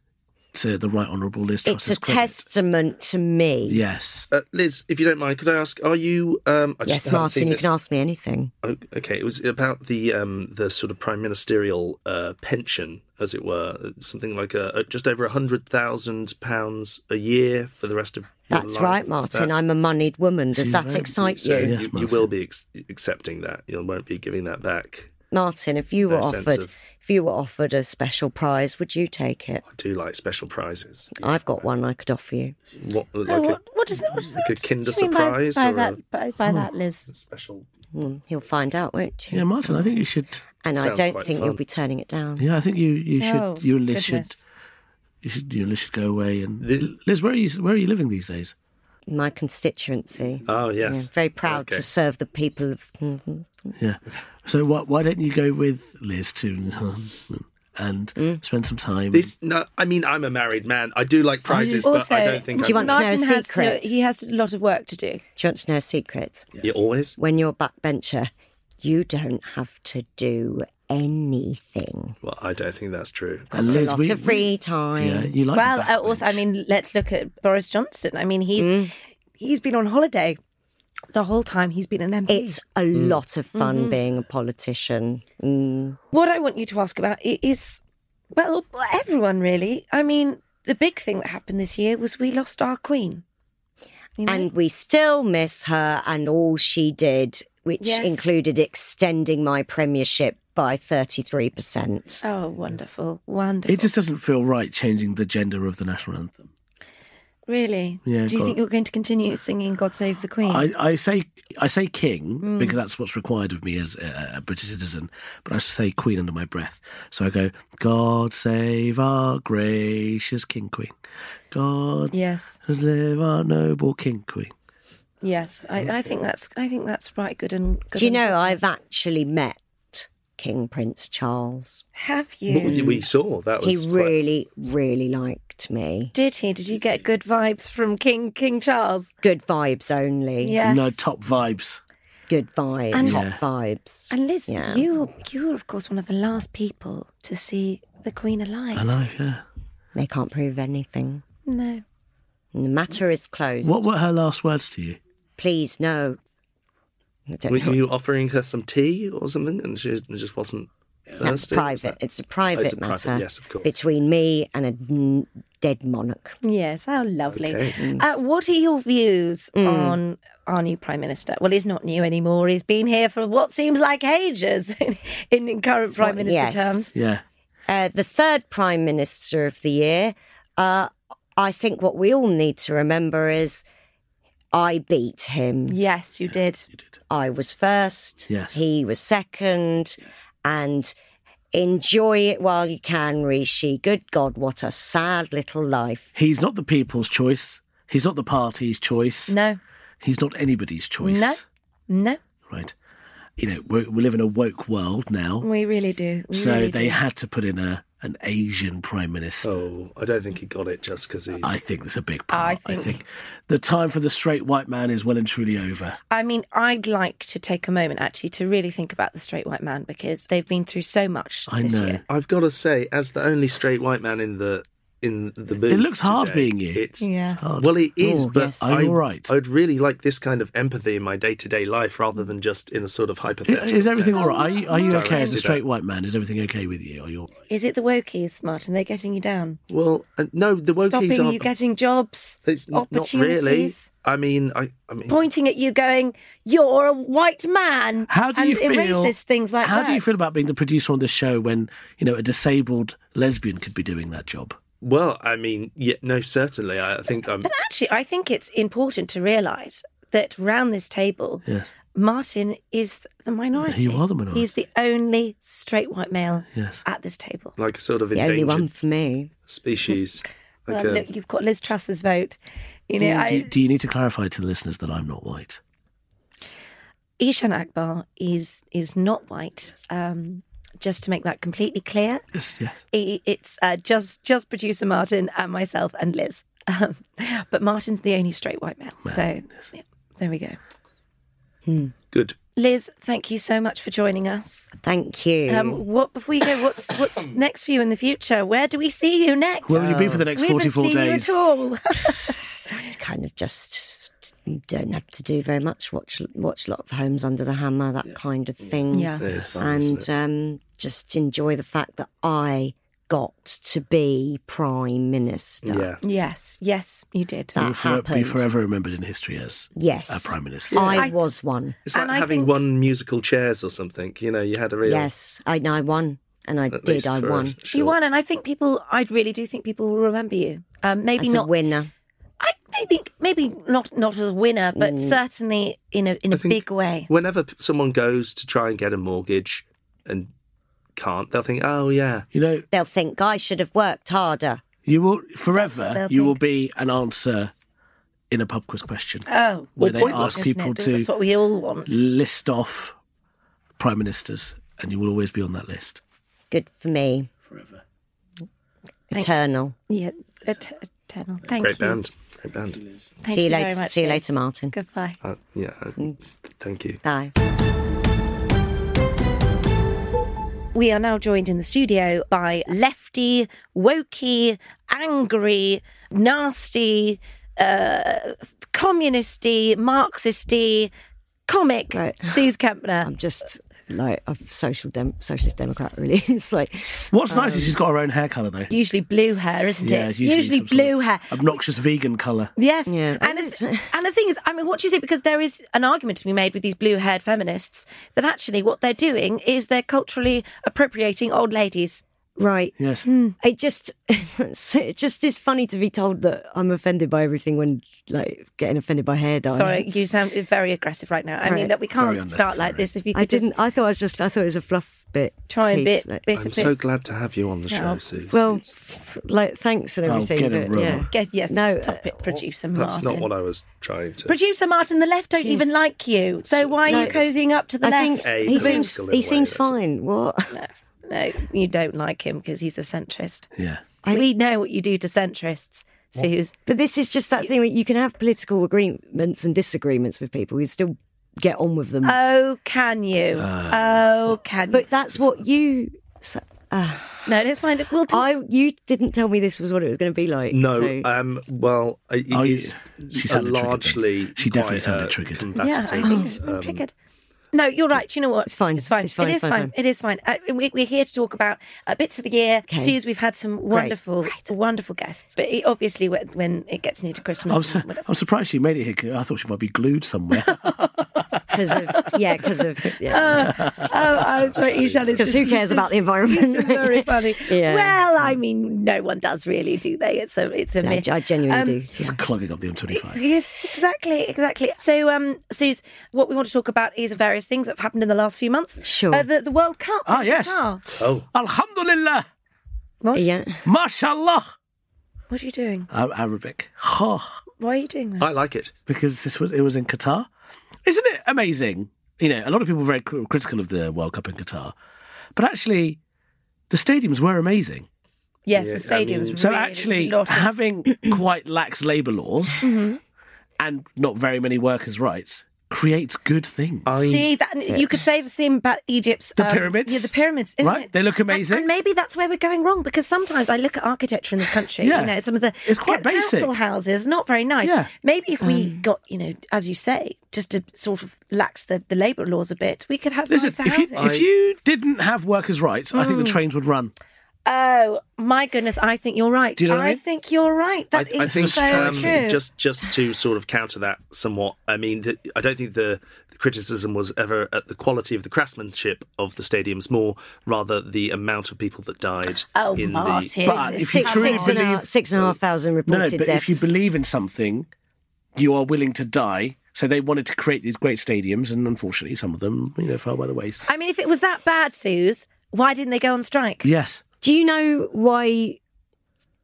[SPEAKER 4] to the Right Honourable Liz
[SPEAKER 5] It's
[SPEAKER 4] Truss's
[SPEAKER 5] a
[SPEAKER 4] credit.
[SPEAKER 5] testament to me.
[SPEAKER 4] Yes.
[SPEAKER 3] Uh, Liz, if you don't mind, could I ask? Are you? Um, I just haven't
[SPEAKER 5] Yes,
[SPEAKER 3] seen
[SPEAKER 5] Martin, you
[SPEAKER 3] this.
[SPEAKER 5] can ask me anything.
[SPEAKER 3] Oh, Okay, it was about the um, the sort of prime ministerial uh, pension, as it were, something like uh just over a hundred thousand pounds a year for the rest of. your
[SPEAKER 5] That's
[SPEAKER 3] life.
[SPEAKER 5] right,
[SPEAKER 3] Is
[SPEAKER 5] Martin.
[SPEAKER 3] that-
[SPEAKER 5] I'm a moneyed woman. Does
[SPEAKER 4] She's
[SPEAKER 5] that
[SPEAKER 4] very-
[SPEAKER 5] excite
[SPEAKER 3] so
[SPEAKER 5] you?
[SPEAKER 4] Yes,
[SPEAKER 3] you, you
[SPEAKER 4] Martin.
[SPEAKER 3] will be ex- accepting that. You won't be giving that back.
[SPEAKER 5] Martin, if you were
[SPEAKER 3] No sense
[SPEAKER 5] offered
[SPEAKER 3] of-
[SPEAKER 5] if you were offered a special prize, would you take it?
[SPEAKER 3] I do like special prizes.
[SPEAKER 5] I've got one I could offer you.
[SPEAKER 3] What, like
[SPEAKER 2] Oh,
[SPEAKER 3] a-
[SPEAKER 2] what, what does that? What does
[SPEAKER 3] like
[SPEAKER 2] that?
[SPEAKER 3] a
[SPEAKER 2] what does-
[SPEAKER 3] Kinder
[SPEAKER 2] do you mean by-
[SPEAKER 3] surprise
[SPEAKER 2] by,
[SPEAKER 3] or a-
[SPEAKER 2] that, by, by that, Liz.
[SPEAKER 3] special.
[SPEAKER 5] Hmm, he'll find out, won't you?
[SPEAKER 4] Yeah, Martin, I think you should.
[SPEAKER 5] and I
[SPEAKER 3] Sounds
[SPEAKER 5] don't
[SPEAKER 3] quite
[SPEAKER 5] think you'll
[SPEAKER 3] fun.
[SPEAKER 5] be turning it down.
[SPEAKER 4] Yeah, I think you, you should.
[SPEAKER 2] Oh,
[SPEAKER 4] you and Liz should.
[SPEAKER 2] goodness.
[SPEAKER 4] You should. You and Liz should go away. And
[SPEAKER 3] Liz-
[SPEAKER 4] Liz, where are you? Where are you living these days?
[SPEAKER 5] My constituency.
[SPEAKER 3] Oh yes,
[SPEAKER 5] Yeah, very proud
[SPEAKER 3] Okay.
[SPEAKER 5] to serve the people of. Mhm.
[SPEAKER 4] Yeah. So why why don't you go with Liz to and
[SPEAKER 2] Mm.
[SPEAKER 4] spend some time?
[SPEAKER 3] This no, I mean I'm a married man. I do like prizes, but
[SPEAKER 2] Also,
[SPEAKER 3] I don't think
[SPEAKER 5] Do you
[SPEAKER 3] I
[SPEAKER 5] want to know a
[SPEAKER 2] Martin has to,
[SPEAKER 5] secret?
[SPEAKER 2] he has a lot of work to do.
[SPEAKER 5] Do you want to know a secret?
[SPEAKER 3] You always
[SPEAKER 5] When you're a backbencher, you don't have to do anything.
[SPEAKER 3] Well, I don't think that's true.
[SPEAKER 4] And
[SPEAKER 5] It's a
[SPEAKER 4] Liz,
[SPEAKER 5] lot
[SPEAKER 4] we-
[SPEAKER 5] of free
[SPEAKER 4] we-
[SPEAKER 5] time.
[SPEAKER 4] Yeah, you like.
[SPEAKER 2] well,
[SPEAKER 4] the
[SPEAKER 2] uh, also, I
[SPEAKER 4] backbench.
[SPEAKER 2] mean, let's look at Boris Johnson. I mean, he's he's been on holiday the whole time he's been an MP.
[SPEAKER 5] It's a
[SPEAKER 4] Mm-hmm.
[SPEAKER 5] lot of fun being a politician. Mm.
[SPEAKER 2] what I want you to ask about i- is, well, everyone really. I mean, the big thing that happened this year was we lost our queen. You know?
[SPEAKER 5] And we still miss her and all she did, which
[SPEAKER 2] Yes.
[SPEAKER 5] included extending my premiership by 33%.
[SPEAKER 2] oh, wonderful, wonderful.
[SPEAKER 4] it just doesn't feel right changing the gender of the national anthem.
[SPEAKER 2] really.
[SPEAKER 4] Yeah,
[SPEAKER 2] Do you
[SPEAKER 4] God.
[SPEAKER 2] think you're going to continue singing "God Save the Queen"? Mm.
[SPEAKER 4] I, I say I say king because that's what's required of me as a, a British citizen, but I say queen under my breath. So I go, God save our gracious king queen, God
[SPEAKER 2] yes,
[SPEAKER 4] live our noble king queen.
[SPEAKER 2] yes. I, I think that's. I think that's right. Good and. Good
[SPEAKER 5] Do you
[SPEAKER 2] and-
[SPEAKER 5] know, I've actually met King Prince Charles.
[SPEAKER 2] Have
[SPEAKER 3] Well,
[SPEAKER 2] you?
[SPEAKER 3] We saw that was
[SPEAKER 5] He
[SPEAKER 3] quite-
[SPEAKER 5] really, really liked me.
[SPEAKER 2] Did he? Did you get good vibes from King King Charles?
[SPEAKER 5] Good vibes only.
[SPEAKER 2] Yes.
[SPEAKER 4] No top vibes.
[SPEAKER 5] Good vibes.
[SPEAKER 2] And-
[SPEAKER 5] top
[SPEAKER 4] Yeah.
[SPEAKER 5] vibes.
[SPEAKER 2] And Liz,
[SPEAKER 5] Yeah.
[SPEAKER 2] you you were of course one of the last people to see the Queen alive.
[SPEAKER 4] I know. Yeah.
[SPEAKER 5] They can't prove anything.
[SPEAKER 2] No.
[SPEAKER 5] The matter is closed.
[SPEAKER 4] What were her last words to you?
[SPEAKER 5] Please, no. I don't
[SPEAKER 3] Were
[SPEAKER 5] know.
[SPEAKER 3] you offering her some tea or something, and she just wasn't thirsty?
[SPEAKER 5] That's
[SPEAKER 3] Was
[SPEAKER 5] private.
[SPEAKER 3] that-
[SPEAKER 5] It's a private
[SPEAKER 3] private-
[SPEAKER 5] matter.
[SPEAKER 3] yes, of course.
[SPEAKER 5] Between me and a n- dead monarch.
[SPEAKER 2] Yes, how lovely.
[SPEAKER 3] Okay.
[SPEAKER 4] Mm.
[SPEAKER 2] Uh, what are your views
[SPEAKER 5] Mm.
[SPEAKER 2] on our new Prime Minister? Well, he's not new anymore. He's been here for what seems like ages in, in current Prime
[SPEAKER 5] what-
[SPEAKER 2] Minister
[SPEAKER 5] yes.
[SPEAKER 2] terms.
[SPEAKER 4] Yeah.
[SPEAKER 5] Uh, the third Prime Minister of the year. Uh, I think what we all need to remember is I beat him.
[SPEAKER 2] Yes, you did.
[SPEAKER 4] You did.
[SPEAKER 5] I was first.
[SPEAKER 4] Yes.
[SPEAKER 5] He was second. And enjoy it while you can, Rishi. Good God, what a sad little life.
[SPEAKER 4] He's not the people's choice. He's not the party's choice.
[SPEAKER 2] No,
[SPEAKER 4] He's not anybody's choice.
[SPEAKER 2] No. no,
[SPEAKER 4] Right. You know, we're, we live in a woke world now.
[SPEAKER 2] we really do. We
[SPEAKER 4] Oh. So
[SPEAKER 2] really
[SPEAKER 4] they
[SPEAKER 2] do.
[SPEAKER 4] had to put in a an Asian prime minister.
[SPEAKER 3] Oh, I don't think he got it just because he's.
[SPEAKER 4] I think that's a big part.
[SPEAKER 2] I
[SPEAKER 4] I
[SPEAKER 2] think-
[SPEAKER 4] think. the time for the straight white man is well and truly over.
[SPEAKER 2] I mean, I'd like to take a moment actually to really think about the straight white man because they've been through so much
[SPEAKER 4] I
[SPEAKER 2] this
[SPEAKER 4] know.
[SPEAKER 2] year.
[SPEAKER 3] I've got to say, as the only straight white man in the in the booth,
[SPEAKER 4] looks hard
[SPEAKER 3] today,
[SPEAKER 4] being you.
[SPEAKER 3] It's
[SPEAKER 2] Yeah.
[SPEAKER 4] Hard.
[SPEAKER 3] well, it is,
[SPEAKER 5] Oh,
[SPEAKER 3] but
[SPEAKER 5] yes.
[SPEAKER 4] Are
[SPEAKER 3] I,
[SPEAKER 4] you all right?
[SPEAKER 3] I'd really like this kind of empathy in my day to day life rather than just in a sort of
[SPEAKER 4] Is,
[SPEAKER 3] hypothetical.
[SPEAKER 4] is everything
[SPEAKER 3] sense.
[SPEAKER 4] all right? Are you, are you
[SPEAKER 3] Directed
[SPEAKER 4] okay as a
[SPEAKER 3] at-
[SPEAKER 4] straight white man? Is everything okay with you? Are you?
[SPEAKER 2] Is it the wokies, Martin? They're getting you down,
[SPEAKER 3] Well, uh, no, the wokies
[SPEAKER 2] stopping
[SPEAKER 3] aren't.
[SPEAKER 2] you getting jobs,
[SPEAKER 3] it's n- not really.
[SPEAKER 2] opportunities.
[SPEAKER 3] I mean, I, I mean,
[SPEAKER 2] pointing at you, going, "You're a white man."
[SPEAKER 4] How do
[SPEAKER 2] and
[SPEAKER 4] you feel?
[SPEAKER 2] Racist things like
[SPEAKER 4] how
[SPEAKER 2] that.
[SPEAKER 4] do you feel about being the producer on this show when you know a disabled lesbian could be doing that job?
[SPEAKER 3] well, I mean, yeah, no, certainly. I I think I'm.
[SPEAKER 2] Actually, I think it's important to realise that round this table,
[SPEAKER 4] Yes.
[SPEAKER 2] Martin is the minority.
[SPEAKER 4] You are the minority.
[SPEAKER 2] He's the only straight white male
[SPEAKER 4] Yes.
[SPEAKER 2] at this table.
[SPEAKER 3] Like a sort of
[SPEAKER 5] The only
[SPEAKER 3] endangered
[SPEAKER 5] one for me.
[SPEAKER 3] species. Like
[SPEAKER 2] well,
[SPEAKER 3] a-
[SPEAKER 2] look, you've got Liz Truss's vote. You know,
[SPEAKER 4] do,
[SPEAKER 2] I,
[SPEAKER 4] do you need to clarify to the listeners that I'm not white?
[SPEAKER 2] Ishan Akbar is is not white. Um, just to make that completely clear,
[SPEAKER 4] Yes. Yes.
[SPEAKER 2] I- it's uh, just just producer Martin and myself and Liz. Um, but Martin's the only straight white male. So yeah, there we go.
[SPEAKER 3] good.
[SPEAKER 2] Liz, thank you so much for joining us.
[SPEAKER 5] Thank you.
[SPEAKER 2] Um, what before you go, what's what's next for you in the future? Where do we see you next?
[SPEAKER 4] Where will you be for the next
[SPEAKER 2] we haven't
[SPEAKER 4] 44
[SPEAKER 2] seen
[SPEAKER 4] days?
[SPEAKER 2] you at all.
[SPEAKER 5] kind of just don't have to do very much. Watch watch a lot of Homes Under the Hammer, that kind of thing.
[SPEAKER 2] Yeah.
[SPEAKER 3] Mm. It is fun, isn't
[SPEAKER 5] and um, just enjoy the fact that I got to be prime
[SPEAKER 3] it?
[SPEAKER 5] minister.
[SPEAKER 3] yeah.
[SPEAKER 2] yes, yes, you did.
[SPEAKER 5] That
[SPEAKER 4] You'll forever, be
[SPEAKER 5] happened.
[SPEAKER 4] forever remembered in history as
[SPEAKER 5] Yes,
[SPEAKER 4] a prime minister.
[SPEAKER 5] I
[SPEAKER 2] I-
[SPEAKER 5] was one.
[SPEAKER 3] It's like
[SPEAKER 2] And I
[SPEAKER 3] having
[SPEAKER 2] think-
[SPEAKER 3] won musical chairs or something. You know, you had a real.
[SPEAKER 5] Yes, I, I won, and I
[SPEAKER 3] at
[SPEAKER 5] did.
[SPEAKER 3] least
[SPEAKER 5] I
[SPEAKER 3] for a
[SPEAKER 5] won.
[SPEAKER 3] short-
[SPEAKER 2] You won, and I think people. I really do think people will remember you. Um, maybe
[SPEAKER 5] As
[SPEAKER 2] not.
[SPEAKER 5] a winner.
[SPEAKER 2] I maybe maybe not not as a winner, but certainly in a in a
[SPEAKER 3] I think-
[SPEAKER 2] big way.
[SPEAKER 3] Whenever p- someone goes to try and get a mortgage and can't, they'll think, "Oh yeah,
[SPEAKER 4] You know,
[SPEAKER 5] They'll think I should have worked harder.
[SPEAKER 4] You will
[SPEAKER 2] That's
[SPEAKER 4] forever.
[SPEAKER 2] what they'll
[SPEAKER 4] You will be an answer in a pub quiz question
[SPEAKER 2] Oh,
[SPEAKER 4] where
[SPEAKER 3] Or
[SPEAKER 4] they
[SPEAKER 3] pointless.
[SPEAKER 4] ask
[SPEAKER 2] isn't
[SPEAKER 4] people
[SPEAKER 2] it? That's
[SPEAKER 4] to
[SPEAKER 2] what we all want.
[SPEAKER 4] list off prime ministers, and you will always be on that list.
[SPEAKER 5] Good for me. Forever. Eternal.
[SPEAKER 2] Yeah, et- eternal. Thank
[SPEAKER 3] great
[SPEAKER 2] you.
[SPEAKER 3] band, great band."
[SPEAKER 2] Thank
[SPEAKER 5] See you
[SPEAKER 2] very
[SPEAKER 5] later.
[SPEAKER 2] much,
[SPEAKER 5] See you
[SPEAKER 2] Liz.
[SPEAKER 5] later, Martin.
[SPEAKER 2] Goodbye.
[SPEAKER 3] Uh,
[SPEAKER 2] Hmm.
[SPEAKER 3] yeah, uh, thank you.
[SPEAKER 5] Bye.
[SPEAKER 2] We are now joined in the studio by lefty, wokey, angry, nasty, uh, communisty, Marxisty comic
[SPEAKER 5] Right.
[SPEAKER 2] Suze Kempner.
[SPEAKER 5] I'm just like a social dem- socialist democrat, really. it's like
[SPEAKER 4] What's
[SPEAKER 2] Oh.
[SPEAKER 4] nice is she's got her own hair colour though.
[SPEAKER 2] Usually blue hair, isn't it?
[SPEAKER 4] it's
[SPEAKER 2] It's usually,
[SPEAKER 4] some sort of
[SPEAKER 2] blue hair.
[SPEAKER 4] Obnoxious vegan colour.
[SPEAKER 2] Yes.
[SPEAKER 5] Yeah.
[SPEAKER 2] And,
[SPEAKER 5] Oh,
[SPEAKER 2] the th- and the thing is, I mean, what do you say? Because there is an argument to be made with these blue haired feminists that actually what they're doing is they're culturally appropriating old ladies.
[SPEAKER 5] right. Mm.
[SPEAKER 4] Yes.
[SPEAKER 2] Hmm.
[SPEAKER 5] It just it just is funny to be told that I'm offended by everything when like getting offended by hair dye.
[SPEAKER 2] Sorry,
[SPEAKER 5] It's-
[SPEAKER 2] you sound very aggressive right now. I mean,
[SPEAKER 5] Right.
[SPEAKER 2] look, we
[SPEAKER 4] Very
[SPEAKER 2] can't
[SPEAKER 4] unnecessary.
[SPEAKER 2] start like this if you could
[SPEAKER 5] I didn't.
[SPEAKER 2] just
[SPEAKER 5] I thought I was just. I thought it was a fluff bit.
[SPEAKER 2] try and
[SPEAKER 5] piece,
[SPEAKER 2] bit,
[SPEAKER 5] like-
[SPEAKER 2] bit, a
[SPEAKER 3] I'm
[SPEAKER 2] bit.
[SPEAKER 3] so glad to have you on the show,
[SPEAKER 2] Yeah.
[SPEAKER 3] Suze.
[SPEAKER 5] Well,
[SPEAKER 3] It's-
[SPEAKER 5] like thanks and
[SPEAKER 4] Oh,
[SPEAKER 5] everything.
[SPEAKER 4] get a
[SPEAKER 5] but,
[SPEAKER 4] room.
[SPEAKER 5] yeah.
[SPEAKER 2] Get- yes,
[SPEAKER 5] No, uh,
[SPEAKER 2] stop it, producer
[SPEAKER 3] that's
[SPEAKER 2] Martin.
[SPEAKER 3] not what I was trying to.
[SPEAKER 2] Producer Martin, the left don't
[SPEAKER 5] Jeez.
[SPEAKER 2] even like you. So why are you
[SPEAKER 5] No.
[SPEAKER 2] cozying up to the
[SPEAKER 5] I
[SPEAKER 2] left?
[SPEAKER 5] think
[SPEAKER 3] A
[SPEAKER 5] he seems
[SPEAKER 3] political in a
[SPEAKER 5] he
[SPEAKER 3] way,
[SPEAKER 5] seems
[SPEAKER 3] that's all.
[SPEAKER 5] fine. What?
[SPEAKER 2] No, you don't like him because he's a centrist.
[SPEAKER 4] Yeah.
[SPEAKER 5] I-
[SPEAKER 2] we know what you do to centrists, Suze.
[SPEAKER 5] But this is just that thing that you can have political agreements and disagreements with people. You still get on with them.
[SPEAKER 2] Oh, can you?
[SPEAKER 3] Ah,
[SPEAKER 2] oh, can you?
[SPEAKER 5] but that's what you. s-
[SPEAKER 2] no, let's find it. We'll talk.
[SPEAKER 5] I you didn't tell me this was what it was going to be like.
[SPEAKER 3] No,
[SPEAKER 5] so-
[SPEAKER 4] uh,
[SPEAKER 3] um, well, it
[SPEAKER 4] Oh, you-
[SPEAKER 3] is
[SPEAKER 4] she
[SPEAKER 3] a
[SPEAKER 4] sounded triggered then.
[SPEAKER 3] largely.
[SPEAKER 4] She definitely
[SPEAKER 3] quite,
[SPEAKER 4] sounded
[SPEAKER 3] uh,
[SPEAKER 4] triggered.
[SPEAKER 2] yeah, I
[SPEAKER 3] combative,
[SPEAKER 2] think I'm
[SPEAKER 3] um,
[SPEAKER 2] triggered. No, you're right. Do you know what?
[SPEAKER 5] It's fine.
[SPEAKER 2] It's fine.
[SPEAKER 5] It's fine,
[SPEAKER 2] It is
[SPEAKER 5] it's fine,
[SPEAKER 2] fine.
[SPEAKER 5] fine.
[SPEAKER 2] It is fine. Uh, we, we're here to talk about uh, bits of the year.
[SPEAKER 5] Okay.
[SPEAKER 2] Suze, we've had some wonderful, wonderful guests. But it, obviously, when, when it gets near to Christmas,
[SPEAKER 5] Oh,
[SPEAKER 4] I'm, su-
[SPEAKER 2] and whatever-
[SPEAKER 4] I'm surprised she made it here. 'cause I thought she might be glued somewhere.
[SPEAKER 5] because of yeah, because of yeah,
[SPEAKER 2] oh, I'm sorry, Ishan
[SPEAKER 4] Ah.
[SPEAKER 2] is
[SPEAKER 5] because
[SPEAKER 2] just-
[SPEAKER 5] who cares about the environment?
[SPEAKER 2] It's very funny.
[SPEAKER 5] Yeah.
[SPEAKER 2] Well, I mean, no one does really, do they? It's a, it's a
[SPEAKER 5] No,
[SPEAKER 2] myth.
[SPEAKER 5] I genuinely
[SPEAKER 2] Um,
[SPEAKER 5] do.
[SPEAKER 4] It's clogging up the M25.
[SPEAKER 2] Yes, exactly, exactly. So, um, Suze, what we want to talk about is various things that have happened in the last few months.
[SPEAKER 5] Sure.
[SPEAKER 2] Uh, the, the World Cup.
[SPEAKER 4] Ah,
[SPEAKER 2] in
[SPEAKER 4] yes.
[SPEAKER 2] Qatar.
[SPEAKER 3] Oh,
[SPEAKER 4] Alhamdulillah.
[SPEAKER 2] What?
[SPEAKER 5] Yeah,
[SPEAKER 4] Mashallah.
[SPEAKER 2] What are you doing?
[SPEAKER 4] I'm Arabic. Ha.
[SPEAKER 2] Why are you doing
[SPEAKER 4] Ah,
[SPEAKER 2] that?
[SPEAKER 3] I like it.
[SPEAKER 4] because this was it was in Qatar. Isn't it amazing? You know, a lot of people were very cr- critical of the World Cup in Qatar, but actually, the stadiums were amazing.
[SPEAKER 2] yes,
[SPEAKER 3] Yeah, I
[SPEAKER 2] the stadium's
[SPEAKER 3] mean-
[SPEAKER 2] really
[SPEAKER 4] So actually,
[SPEAKER 2] lot of- Mm-hmm.
[SPEAKER 4] having quite lax labour laws and not very many workers' rights creates good things.
[SPEAKER 3] I
[SPEAKER 2] See that you could say the same about Egypt's um,
[SPEAKER 4] The pyramids?
[SPEAKER 2] Yeah, the pyramids, isn't
[SPEAKER 4] Right,
[SPEAKER 2] it?
[SPEAKER 4] they look
[SPEAKER 2] And-
[SPEAKER 4] amazing.
[SPEAKER 2] And, maybe that's where we're going wrong because sometimes I look at architecture in this country.
[SPEAKER 4] Yeah.
[SPEAKER 2] you know, some of the
[SPEAKER 4] It's quite
[SPEAKER 2] ca-
[SPEAKER 4] basic.
[SPEAKER 2] council houses, not very nice.
[SPEAKER 4] Yeah.
[SPEAKER 2] Maybe if we got, you know, as you say, just to sort of lax the, the labour laws a bit, we could have
[SPEAKER 4] Listen,
[SPEAKER 2] nicer
[SPEAKER 4] if you,
[SPEAKER 2] houses.
[SPEAKER 4] if you didn't have workers' rights, I think the
[SPEAKER 2] Mm.
[SPEAKER 4] trains would run.
[SPEAKER 2] Oh my goodness! I think you're right.
[SPEAKER 4] Do you know what
[SPEAKER 2] I
[SPEAKER 4] I mean?
[SPEAKER 2] think you're right.
[SPEAKER 3] I,
[SPEAKER 2] That is
[SPEAKER 3] I think
[SPEAKER 2] so
[SPEAKER 3] um,
[SPEAKER 2] true.
[SPEAKER 3] just just to sort of counter that somewhat. I mean, the, I don't think the, the criticism was ever at the quality of the craftsmanship of the stadiums, more rather the amount of people that died.
[SPEAKER 2] oh,
[SPEAKER 3] in um,
[SPEAKER 2] Martin,
[SPEAKER 4] but
[SPEAKER 2] it's
[SPEAKER 4] if you
[SPEAKER 2] six
[SPEAKER 4] truly
[SPEAKER 2] hours.
[SPEAKER 5] six and a half
[SPEAKER 4] believe-
[SPEAKER 5] six and a half thousand
[SPEAKER 4] No, no,
[SPEAKER 5] reported
[SPEAKER 4] but if
[SPEAKER 5] deaths.
[SPEAKER 4] you believe in something, you are willing to die. So they wanted to create these great stadiums, and unfortunately, some of them, you know, fell by the wayside.
[SPEAKER 2] I mean, if it was that bad, Suze, why didn't they go on strike?
[SPEAKER 4] Yes.
[SPEAKER 5] do you know why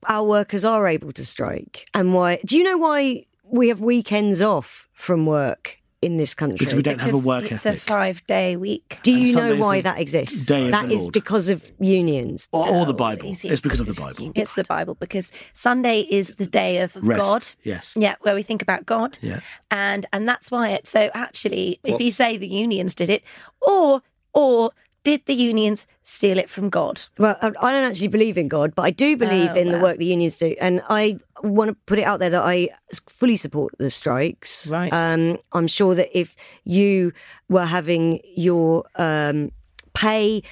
[SPEAKER 5] our workers are able to strike and why? Do you know why we have weekends off from work in this country?
[SPEAKER 4] Because we don't have a
[SPEAKER 2] Because
[SPEAKER 4] work
[SPEAKER 2] it's a
[SPEAKER 4] ethic.
[SPEAKER 2] five-day week.
[SPEAKER 5] Do
[SPEAKER 4] And
[SPEAKER 5] you know
[SPEAKER 4] Sunday's
[SPEAKER 5] why
[SPEAKER 4] the
[SPEAKER 5] that exists?
[SPEAKER 4] day of
[SPEAKER 5] That
[SPEAKER 4] the
[SPEAKER 5] is
[SPEAKER 4] Lord.
[SPEAKER 5] because of unions.
[SPEAKER 4] or, or the
[SPEAKER 2] Oh,
[SPEAKER 4] Bible.
[SPEAKER 2] is it?
[SPEAKER 4] It's because of the Bible.
[SPEAKER 2] It's the Bible because Sunday is the day of
[SPEAKER 4] Rest.
[SPEAKER 2] God.
[SPEAKER 4] Yes.
[SPEAKER 2] Yeah, where we think about God.
[SPEAKER 4] Yeah.
[SPEAKER 2] And and that's why it so actually if you say the unions did it or or did the unions steal it from God?
[SPEAKER 5] Well, I I don't actually believe in God, but I do believe
[SPEAKER 2] Oh,
[SPEAKER 5] in the
[SPEAKER 2] wow.
[SPEAKER 5] work the unions do, and I want to put it out there that I s- fully support the strikes.
[SPEAKER 2] Right.
[SPEAKER 5] Um, I'm sure that if you were having your um, pay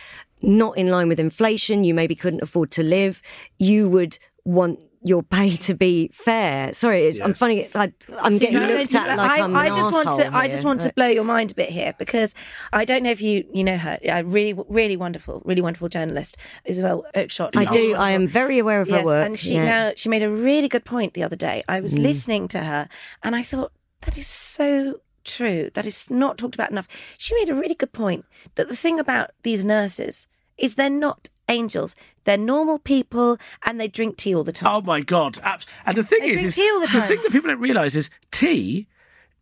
[SPEAKER 5] not in line with inflation, you maybe couldn't afford to live, you would want your pay to be fair. Sorry, it's, I'm
[SPEAKER 3] Yes.
[SPEAKER 5] finding it. I, I'm
[SPEAKER 2] So
[SPEAKER 5] getting
[SPEAKER 2] you know,
[SPEAKER 5] looked
[SPEAKER 2] you
[SPEAKER 5] at
[SPEAKER 2] know,
[SPEAKER 5] like
[SPEAKER 2] I,
[SPEAKER 5] I, am
[SPEAKER 2] I
[SPEAKER 5] an
[SPEAKER 2] just want to
[SPEAKER 5] arsehole
[SPEAKER 2] I
[SPEAKER 5] here.
[SPEAKER 2] just want to
[SPEAKER 5] Like,
[SPEAKER 2] blow your mind a bit here because I don't know if you you know her. A really really wonderful, really wonderful journalist, Isabel Oakeshott.
[SPEAKER 5] I do. I am very aware of her
[SPEAKER 2] Yes,
[SPEAKER 5] work.
[SPEAKER 2] and she
[SPEAKER 5] yeah. Mm.
[SPEAKER 2] now she made a really good point the other day. I was listening to her and I thought that is so true. That is not talked about enough. She made a really good point that the thing about these nurses is they're not angels. They're normal people and they drink tea all the time.
[SPEAKER 4] Oh my Oh, God! Abs- And the thing
[SPEAKER 2] They
[SPEAKER 4] is,
[SPEAKER 2] drink
[SPEAKER 4] is
[SPEAKER 2] tea all the time.
[SPEAKER 4] thing that people don't realise is tea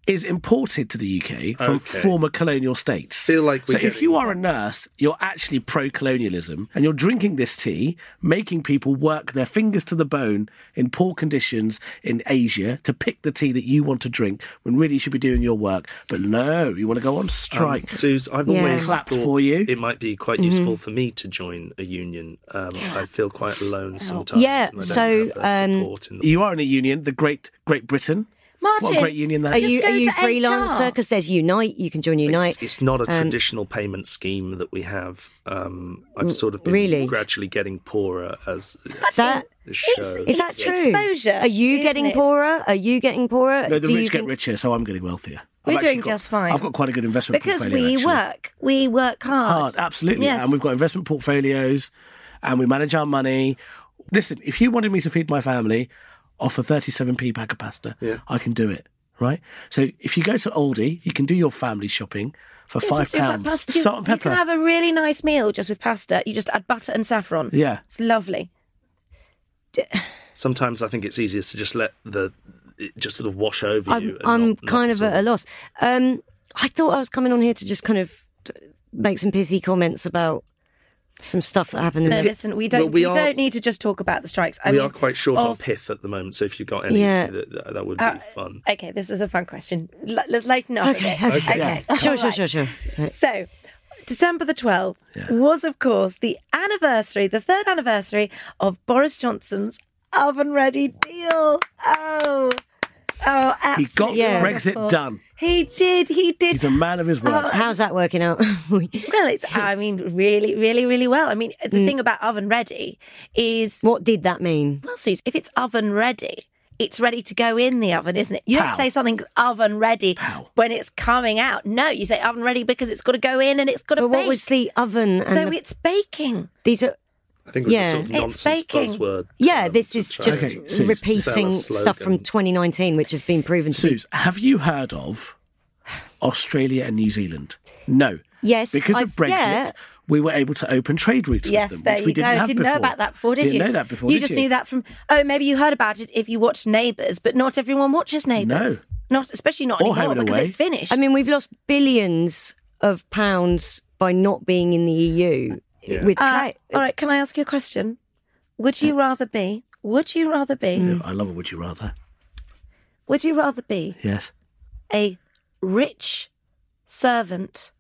[SPEAKER 4] is imported to the UK from
[SPEAKER 3] Okay.
[SPEAKER 4] former colonial states.
[SPEAKER 3] Feel like we
[SPEAKER 4] so
[SPEAKER 3] get
[SPEAKER 4] if
[SPEAKER 3] it.
[SPEAKER 4] you are a nurse, you're actually pro-colonialism, and you're drinking this tea, making people work their fingers to the bone in poor conditions in Asia to pick the tea that you want to drink when really you should be doing your work. But no, you want to
[SPEAKER 3] Um,
[SPEAKER 4] go on strike.
[SPEAKER 3] Suze, I've
[SPEAKER 5] Yeah.
[SPEAKER 3] always
[SPEAKER 4] Clapped
[SPEAKER 3] thought
[SPEAKER 4] for you.
[SPEAKER 3] It might be
[SPEAKER 2] Mm-hmm.
[SPEAKER 3] quite useful for me to join a union. Um, I feel quite
[SPEAKER 2] Oh.
[SPEAKER 3] alone sometimes. and
[SPEAKER 5] Yeah,
[SPEAKER 3] I don't
[SPEAKER 5] so,
[SPEAKER 3] have the
[SPEAKER 5] um,
[SPEAKER 3] support in the-
[SPEAKER 4] you are in a union, the Great Great Britain.
[SPEAKER 2] Martin,
[SPEAKER 4] What a great union that
[SPEAKER 5] Are
[SPEAKER 4] is.
[SPEAKER 5] you
[SPEAKER 2] go
[SPEAKER 5] are you
[SPEAKER 2] to HR.
[SPEAKER 5] freelancer? Because there's Unite. You can join Unite.
[SPEAKER 3] It's, it's not
[SPEAKER 5] Um,
[SPEAKER 3] a traditional payment scheme that we have. Um, I've sort of been
[SPEAKER 5] Mm, really?
[SPEAKER 3] gradually getting poorer as
[SPEAKER 5] That
[SPEAKER 3] the show.
[SPEAKER 5] is that
[SPEAKER 2] It's
[SPEAKER 5] true?
[SPEAKER 2] exposure,
[SPEAKER 5] Are you
[SPEAKER 2] isn't
[SPEAKER 5] getting
[SPEAKER 2] it?
[SPEAKER 5] poorer? Are you getting poorer?
[SPEAKER 4] No, the
[SPEAKER 5] Do you
[SPEAKER 4] rich get
[SPEAKER 5] think-
[SPEAKER 4] richer, so I'm getting wealthier.
[SPEAKER 2] We're
[SPEAKER 4] I've actually
[SPEAKER 2] doing
[SPEAKER 4] got-
[SPEAKER 2] just fine.
[SPEAKER 4] I've got quite a good investment
[SPEAKER 2] because
[SPEAKER 4] portfolio,
[SPEAKER 2] we
[SPEAKER 4] actually.
[SPEAKER 2] work, we work hard.
[SPEAKER 4] hard, absolutely.
[SPEAKER 2] Yes.
[SPEAKER 4] And we've got investment portfolios, and we manage our money. Listen, if you wanted me to feed my family off a 37p pack of pasta,
[SPEAKER 3] Yeah.
[SPEAKER 4] I can do it. Right. So if you go to Aldi, you can do your family shopping for
[SPEAKER 2] You
[SPEAKER 4] five
[SPEAKER 2] just do like
[SPEAKER 4] pounds.
[SPEAKER 2] pasta. You-
[SPEAKER 4] Salt and
[SPEAKER 2] You
[SPEAKER 4] pepper.
[SPEAKER 2] can have a really nice meal just with pasta. You just add butter and saffron.
[SPEAKER 4] yeah.
[SPEAKER 2] It's lovely.
[SPEAKER 3] Sometimes I think it's easier to just let the it just sort of wash over you.
[SPEAKER 5] I'm,
[SPEAKER 3] and
[SPEAKER 5] I'm
[SPEAKER 3] not- not
[SPEAKER 5] kind of
[SPEAKER 3] sort
[SPEAKER 5] at a loss. Um, I thought I was coming on here to just kind of t- make some pithy comments about some stuff that happened in
[SPEAKER 2] No,
[SPEAKER 5] the.
[SPEAKER 2] listen, we don't.
[SPEAKER 3] Well, we
[SPEAKER 2] we
[SPEAKER 3] are-
[SPEAKER 2] don't need to just talk about the strikes. I
[SPEAKER 3] we
[SPEAKER 2] mean,
[SPEAKER 3] are quite short on
[SPEAKER 2] of-
[SPEAKER 3] pith at the moment, so if you've got any,
[SPEAKER 5] Yeah.
[SPEAKER 3] that, that, that would be
[SPEAKER 2] Uh,
[SPEAKER 3] fun.
[SPEAKER 2] Okay, this is a fun question. L- let's lighten up.
[SPEAKER 5] Okay,
[SPEAKER 2] a bit.
[SPEAKER 5] okay, Sure,
[SPEAKER 2] All
[SPEAKER 5] sure,
[SPEAKER 2] right.
[SPEAKER 5] sure, sure. Right.
[SPEAKER 2] So, December the 12th was, of course, the anniversary, the third anniversary of Boris Johnson's oven ready deal. Oh, oh,
[SPEAKER 4] He
[SPEAKER 2] absolutely.
[SPEAKER 4] got
[SPEAKER 5] Yeah.
[SPEAKER 4] Brexit
[SPEAKER 2] wonderful.
[SPEAKER 4] done.
[SPEAKER 2] He did, he did.
[SPEAKER 4] He's a man of his word.
[SPEAKER 2] um, Uh,
[SPEAKER 5] How's that working out?
[SPEAKER 2] well, it's, I mean, really, really, really well. I mean, the
[SPEAKER 5] Mm.
[SPEAKER 2] thing about oven ready is,
[SPEAKER 5] what did that mean?
[SPEAKER 2] well, Suze, if it's oven ready, it's ready to go in the oven, isn't it? You don't
[SPEAKER 4] How?
[SPEAKER 2] say something's oven ready when it's coming out. No, you say oven ready because it's got to go in and it's got to
[SPEAKER 5] But
[SPEAKER 2] bake.
[SPEAKER 5] what was the oven? And
[SPEAKER 2] so
[SPEAKER 5] the-
[SPEAKER 2] it's baking.
[SPEAKER 5] these are
[SPEAKER 3] I think it was
[SPEAKER 5] yeah.
[SPEAKER 3] a sort of
[SPEAKER 2] It's
[SPEAKER 3] nonsense
[SPEAKER 2] baking.
[SPEAKER 3] buzzword.
[SPEAKER 5] yeah.
[SPEAKER 3] um,
[SPEAKER 5] This
[SPEAKER 3] to
[SPEAKER 5] is
[SPEAKER 3] try
[SPEAKER 5] just
[SPEAKER 3] and-
[SPEAKER 4] Okay, Suze.
[SPEAKER 5] repeating
[SPEAKER 3] Sell a
[SPEAKER 5] stuff from
[SPEAKER 3] slogan.
[SPEAKER 5] 2019, which has been proven to be
[SPEAKER 4] Suze, have you heard of Australia and New Zealand? No.
[SPEAKER 5] Yes,
[SPEAKER 4] Because of
[SPEAKER 5] I've-
[SPEAKER 4] Brexit,
[SPEAKER 5] yeah.
[SPEAKER 4] we were able to open trade routes
[SPEAKER 2] Yes,
[SPEAKER 4] with them,
[SPEAKER 2] there
[SPEAKER 4] which
[SPEAKER 2] you
[SPEAKER 4] we didn't
[SPEAKER 2] go.
[SPEAKER 4] have
[SPEAKER 2] Didn't know
[SPEAKER 4] before.
[SPEAKER 2] about that before, did
[SPEAKER 4] didn't
[SPEAKER 2] you?
[SPEAKER 4] know that before,
[SPEAKER 2] You
[SPEAKER 4] did
[SPEAKER 2] just
[SPEAKER 4] you?
[SPEAKER 2] knew that from oh, maybe you heard about it if you watched Neighbours, but not everyone watches Neighbours. No, not especially not
[SPEAKER 4] Or Home
[SPEAKER 2] anymore
[SPEAKER 4] and
[SPEAKER 2] because
[SPEAKER 4] Away.
[SPEAKER 2] it's finished.
[SPEAKER 5] I mean, we've lost billions of pounds by not being in the EU.
[SPEAKER 3] Yeah.
[SPEAKER 5] With
[SPEAKER 2] Uh,
[SPEAKER 5] tra-
[SPEAKER 2] all right. Can I ask you a question? Would you rather be? Would you rather be?
[SPEAKER 4] I love a would you rather.
[SPEAKER 2] Would you rather be
[SPEAKER 4] Yes.
[SPEAKER 2] a rich servant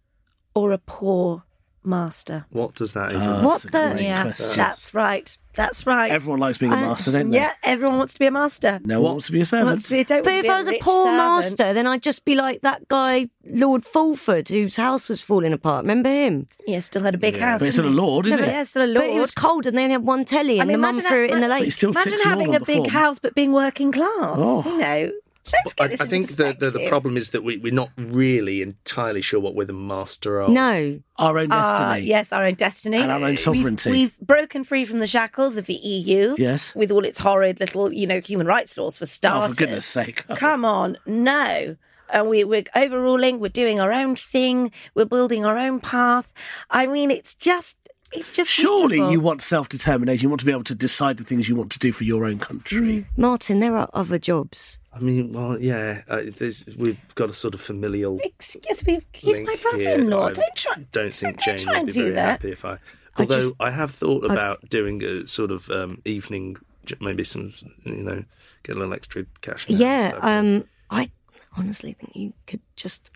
[SPEAKER 2] or a poor master?
[SPEAKER 3] What does that even
[SPEAKER 4] Uh,
[SPEAKER 2] what
[SPEAKER 4] that's a
[SPEAKER 2] the?
[SPEAKER 4] great
[SPEAKER 2] yeah,
[SPEAKER 4] question.
[SPEAKER 2] that's right. That's right.
[SPEAKER 4] Everyone likes being a
[SPEAKER 5] I-
[SPEAKER 4] master, don't they?
[SPEAKER 2] yeah, everyone wants to be a master.
[SPEAKER 4] No one wants to be a servant.
[SPEAKER 2] Wants to be, don't
[SPEAKER 5] But
[SPEAKER 2] want to
[SPEAKER 5] if
[SPEAKER 2] be
[SPEAKER 5] I was a
[SPEAKER 2] rich
[SPEAKER 5] poor
[SPEAKER 2] servant.
[SPEAKER 5] master, then I'd just be like that guy, Lord Fulford, whose house was falling apart. Remember him?
[SPEAKER 2] yeah, still had a big house.
[SPEAKER 4] But it's still a
[SPEAKER 2] didn't he?
[SPEAKER 4] lord, isn't
[SPEAKER 2] No, but
[SPEAKER 4] it?
[SPEAKER 2] yeah, still a lord.
[SPEAKER 5] But it was cold and they only had one telly and
[SPEAKER 2] I mean,
[SPEAKER 5] the mum
[SPEAKER 2] imagine
[SPEAKER 5] threw
[SPEAKER 2] that-
[SPEAKER 5] it in the
[SPEAKER 2] but-
[SPEAKER 5] lake.
[SPEAKER 4] It still
[SPEAKER 2] Imagine
[SPEAKER 4] ticks the
[SPEAKER 2] having
[SPEAKER 4] law
[SPEAKER 2] a
[SPEAKER 4] on
[SPEAKER 2] big
[SPEAKER 4] before.
[SPEAKER 2] house but being working class.
[SPEAKER 4] Oh.
[SPEAKER 2] You know, let's
[SPEAKER 3] I,
[SPEAKER 2] get this
[SPEAKER 3] I
[SPEAKER 2] into
[SPEAKER 3] think the, the, the
[SPEAKER 2] perspective.
[SPEAKER 3] problem is that we, we're not really entirely sure what we're the master of.
[SPEAKER 5] No.
[SPEAKER 4] Our own
[SPEAKER 2] Ah,
[SPEAKER 4] destiny. Oh,
[SPEAKER 2] yes, our own destiny
[SPEAKER 4] And our own
[SPEAKER 2] We've-
[SPEAKER 4] sovereignty.
[SPEAKER 2] We've, broken free from the shackles of the EU.
[SPEAKER 4] Yes.
[SPEAKER 2] with all its horrid little, you know, human rights laws for
[SPEAKER 4] Oh,
[SPEAKER 2] starters.
[SPEAKER 4] for goodness sake.
[SPEAKER 2] Come on, no. And we, we're overruling. We're doing our own thing. We're building our own path. I mean, it's just, it's just.
[SPEAKER 4] Surely
[SPEAKER 2] beautiful.
[SPEAKER 4] you want self determination. You want to be able to decide the things you want to do for your own
[SPEAKER 2] Mm,
[SPEAKER 4] country.
[SPEAKER 5] Martin, there are other jobs.
[SPEAKER 3] I mean, well, yeah, uh, there's, we've got a sort of familial.
[SPEAKER 2] Excuse me, he's
[SPEAKER 3] link
[SPEAKER 2] my
[SPEAKER 3] here.
[SPEAKER 2] brother-in-law.
[SPEAKER 3] I
[SPEAKER 2] Don't try.
[SPEAKER 3] Don't think
[SPEAKER 2] don't
[SPEAKER 3] Jane
[SPEAKER 2] try and
[SPEAKER 3] would be
[SPEAKER 2] do
[SPEAKER 3] very
[SPEAKER 2] that.
[SPEAKER 3] happy if I. Although I,
[SPEAKER 5] just-
[SPEAKER 3] have thought about doing a sort of um, evening, j- maybe some, you know, get a little extra cash. now and
[SPEAKER 5] Yeah.
[SPEAKER 3] stuff and
[SPEAKER 5] Um, I honestly think you could just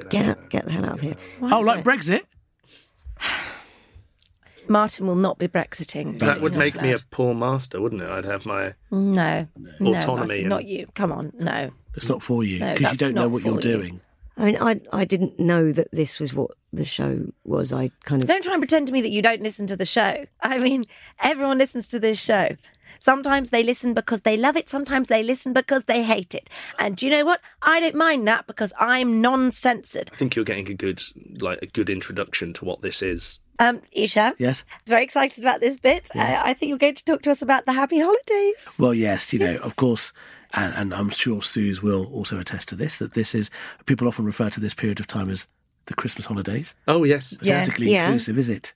[SPEAKER 3] out
[SPEAKER 5] get
[SPEAKER 3] of
[SPEAKER 5] out, get the hell out of here.
[SPEAKER 4] Oh, like Brexit?
[SPEAKER 2] Martin will not be brexiting.
[SPEAKER 3] That would make me a poor master, wouldn't it? I'd have my.
[SPEAKER 2] no, no,
[SPEAKER 3] Autonomy
[SPEAKER 2] Martin,
[SPEAKER 3] and-
[SPEAKER 2] not you. Come on, no.
[SPEAKER 4] It's not for you
[SPEAKER 2] No,
[SPEAKER 4] because you
[SPEAKER 2] that's
[SPEAKER 4] don't know
[SPEAKER 2] not
[SPEAKER 4] what you're
[SPEAKER 2] for you.
[SPEAKER 4] doing.
[SPEAKER 5] I mean, I, I didn't know that this was what the show was. I kind of.
[SPEAKER 2] Don't try and pretend to me that you don't listen to the show. I mean, everyone listens to this show. Sometimes they listen because they love it. Sometimes they listen because they hate it. And do you know what? I don't mind that because I'm non-censored.
[SPEAKER 3] I think you're getting a good, like, a good introduction to what this is.
[SPEAKER 2] Um, Isha,
[SPEAKER 4] Yes.
[SPEAKER 2] very excited about this bit. I, I think you're going to talk to us about the happy holidays.
[SPEAKER 4] Well, yes, you know, of course, and, and I'm sure Suze will also attest to this that this is, people often refer to this period of time as the Christmas holidays.
[SPEAKER 3] Oh yes.
[SPEAKER 4] It's not particularly
[SPEAKER 5] Yeah.
[SPEAKER 4] inclusive, is it?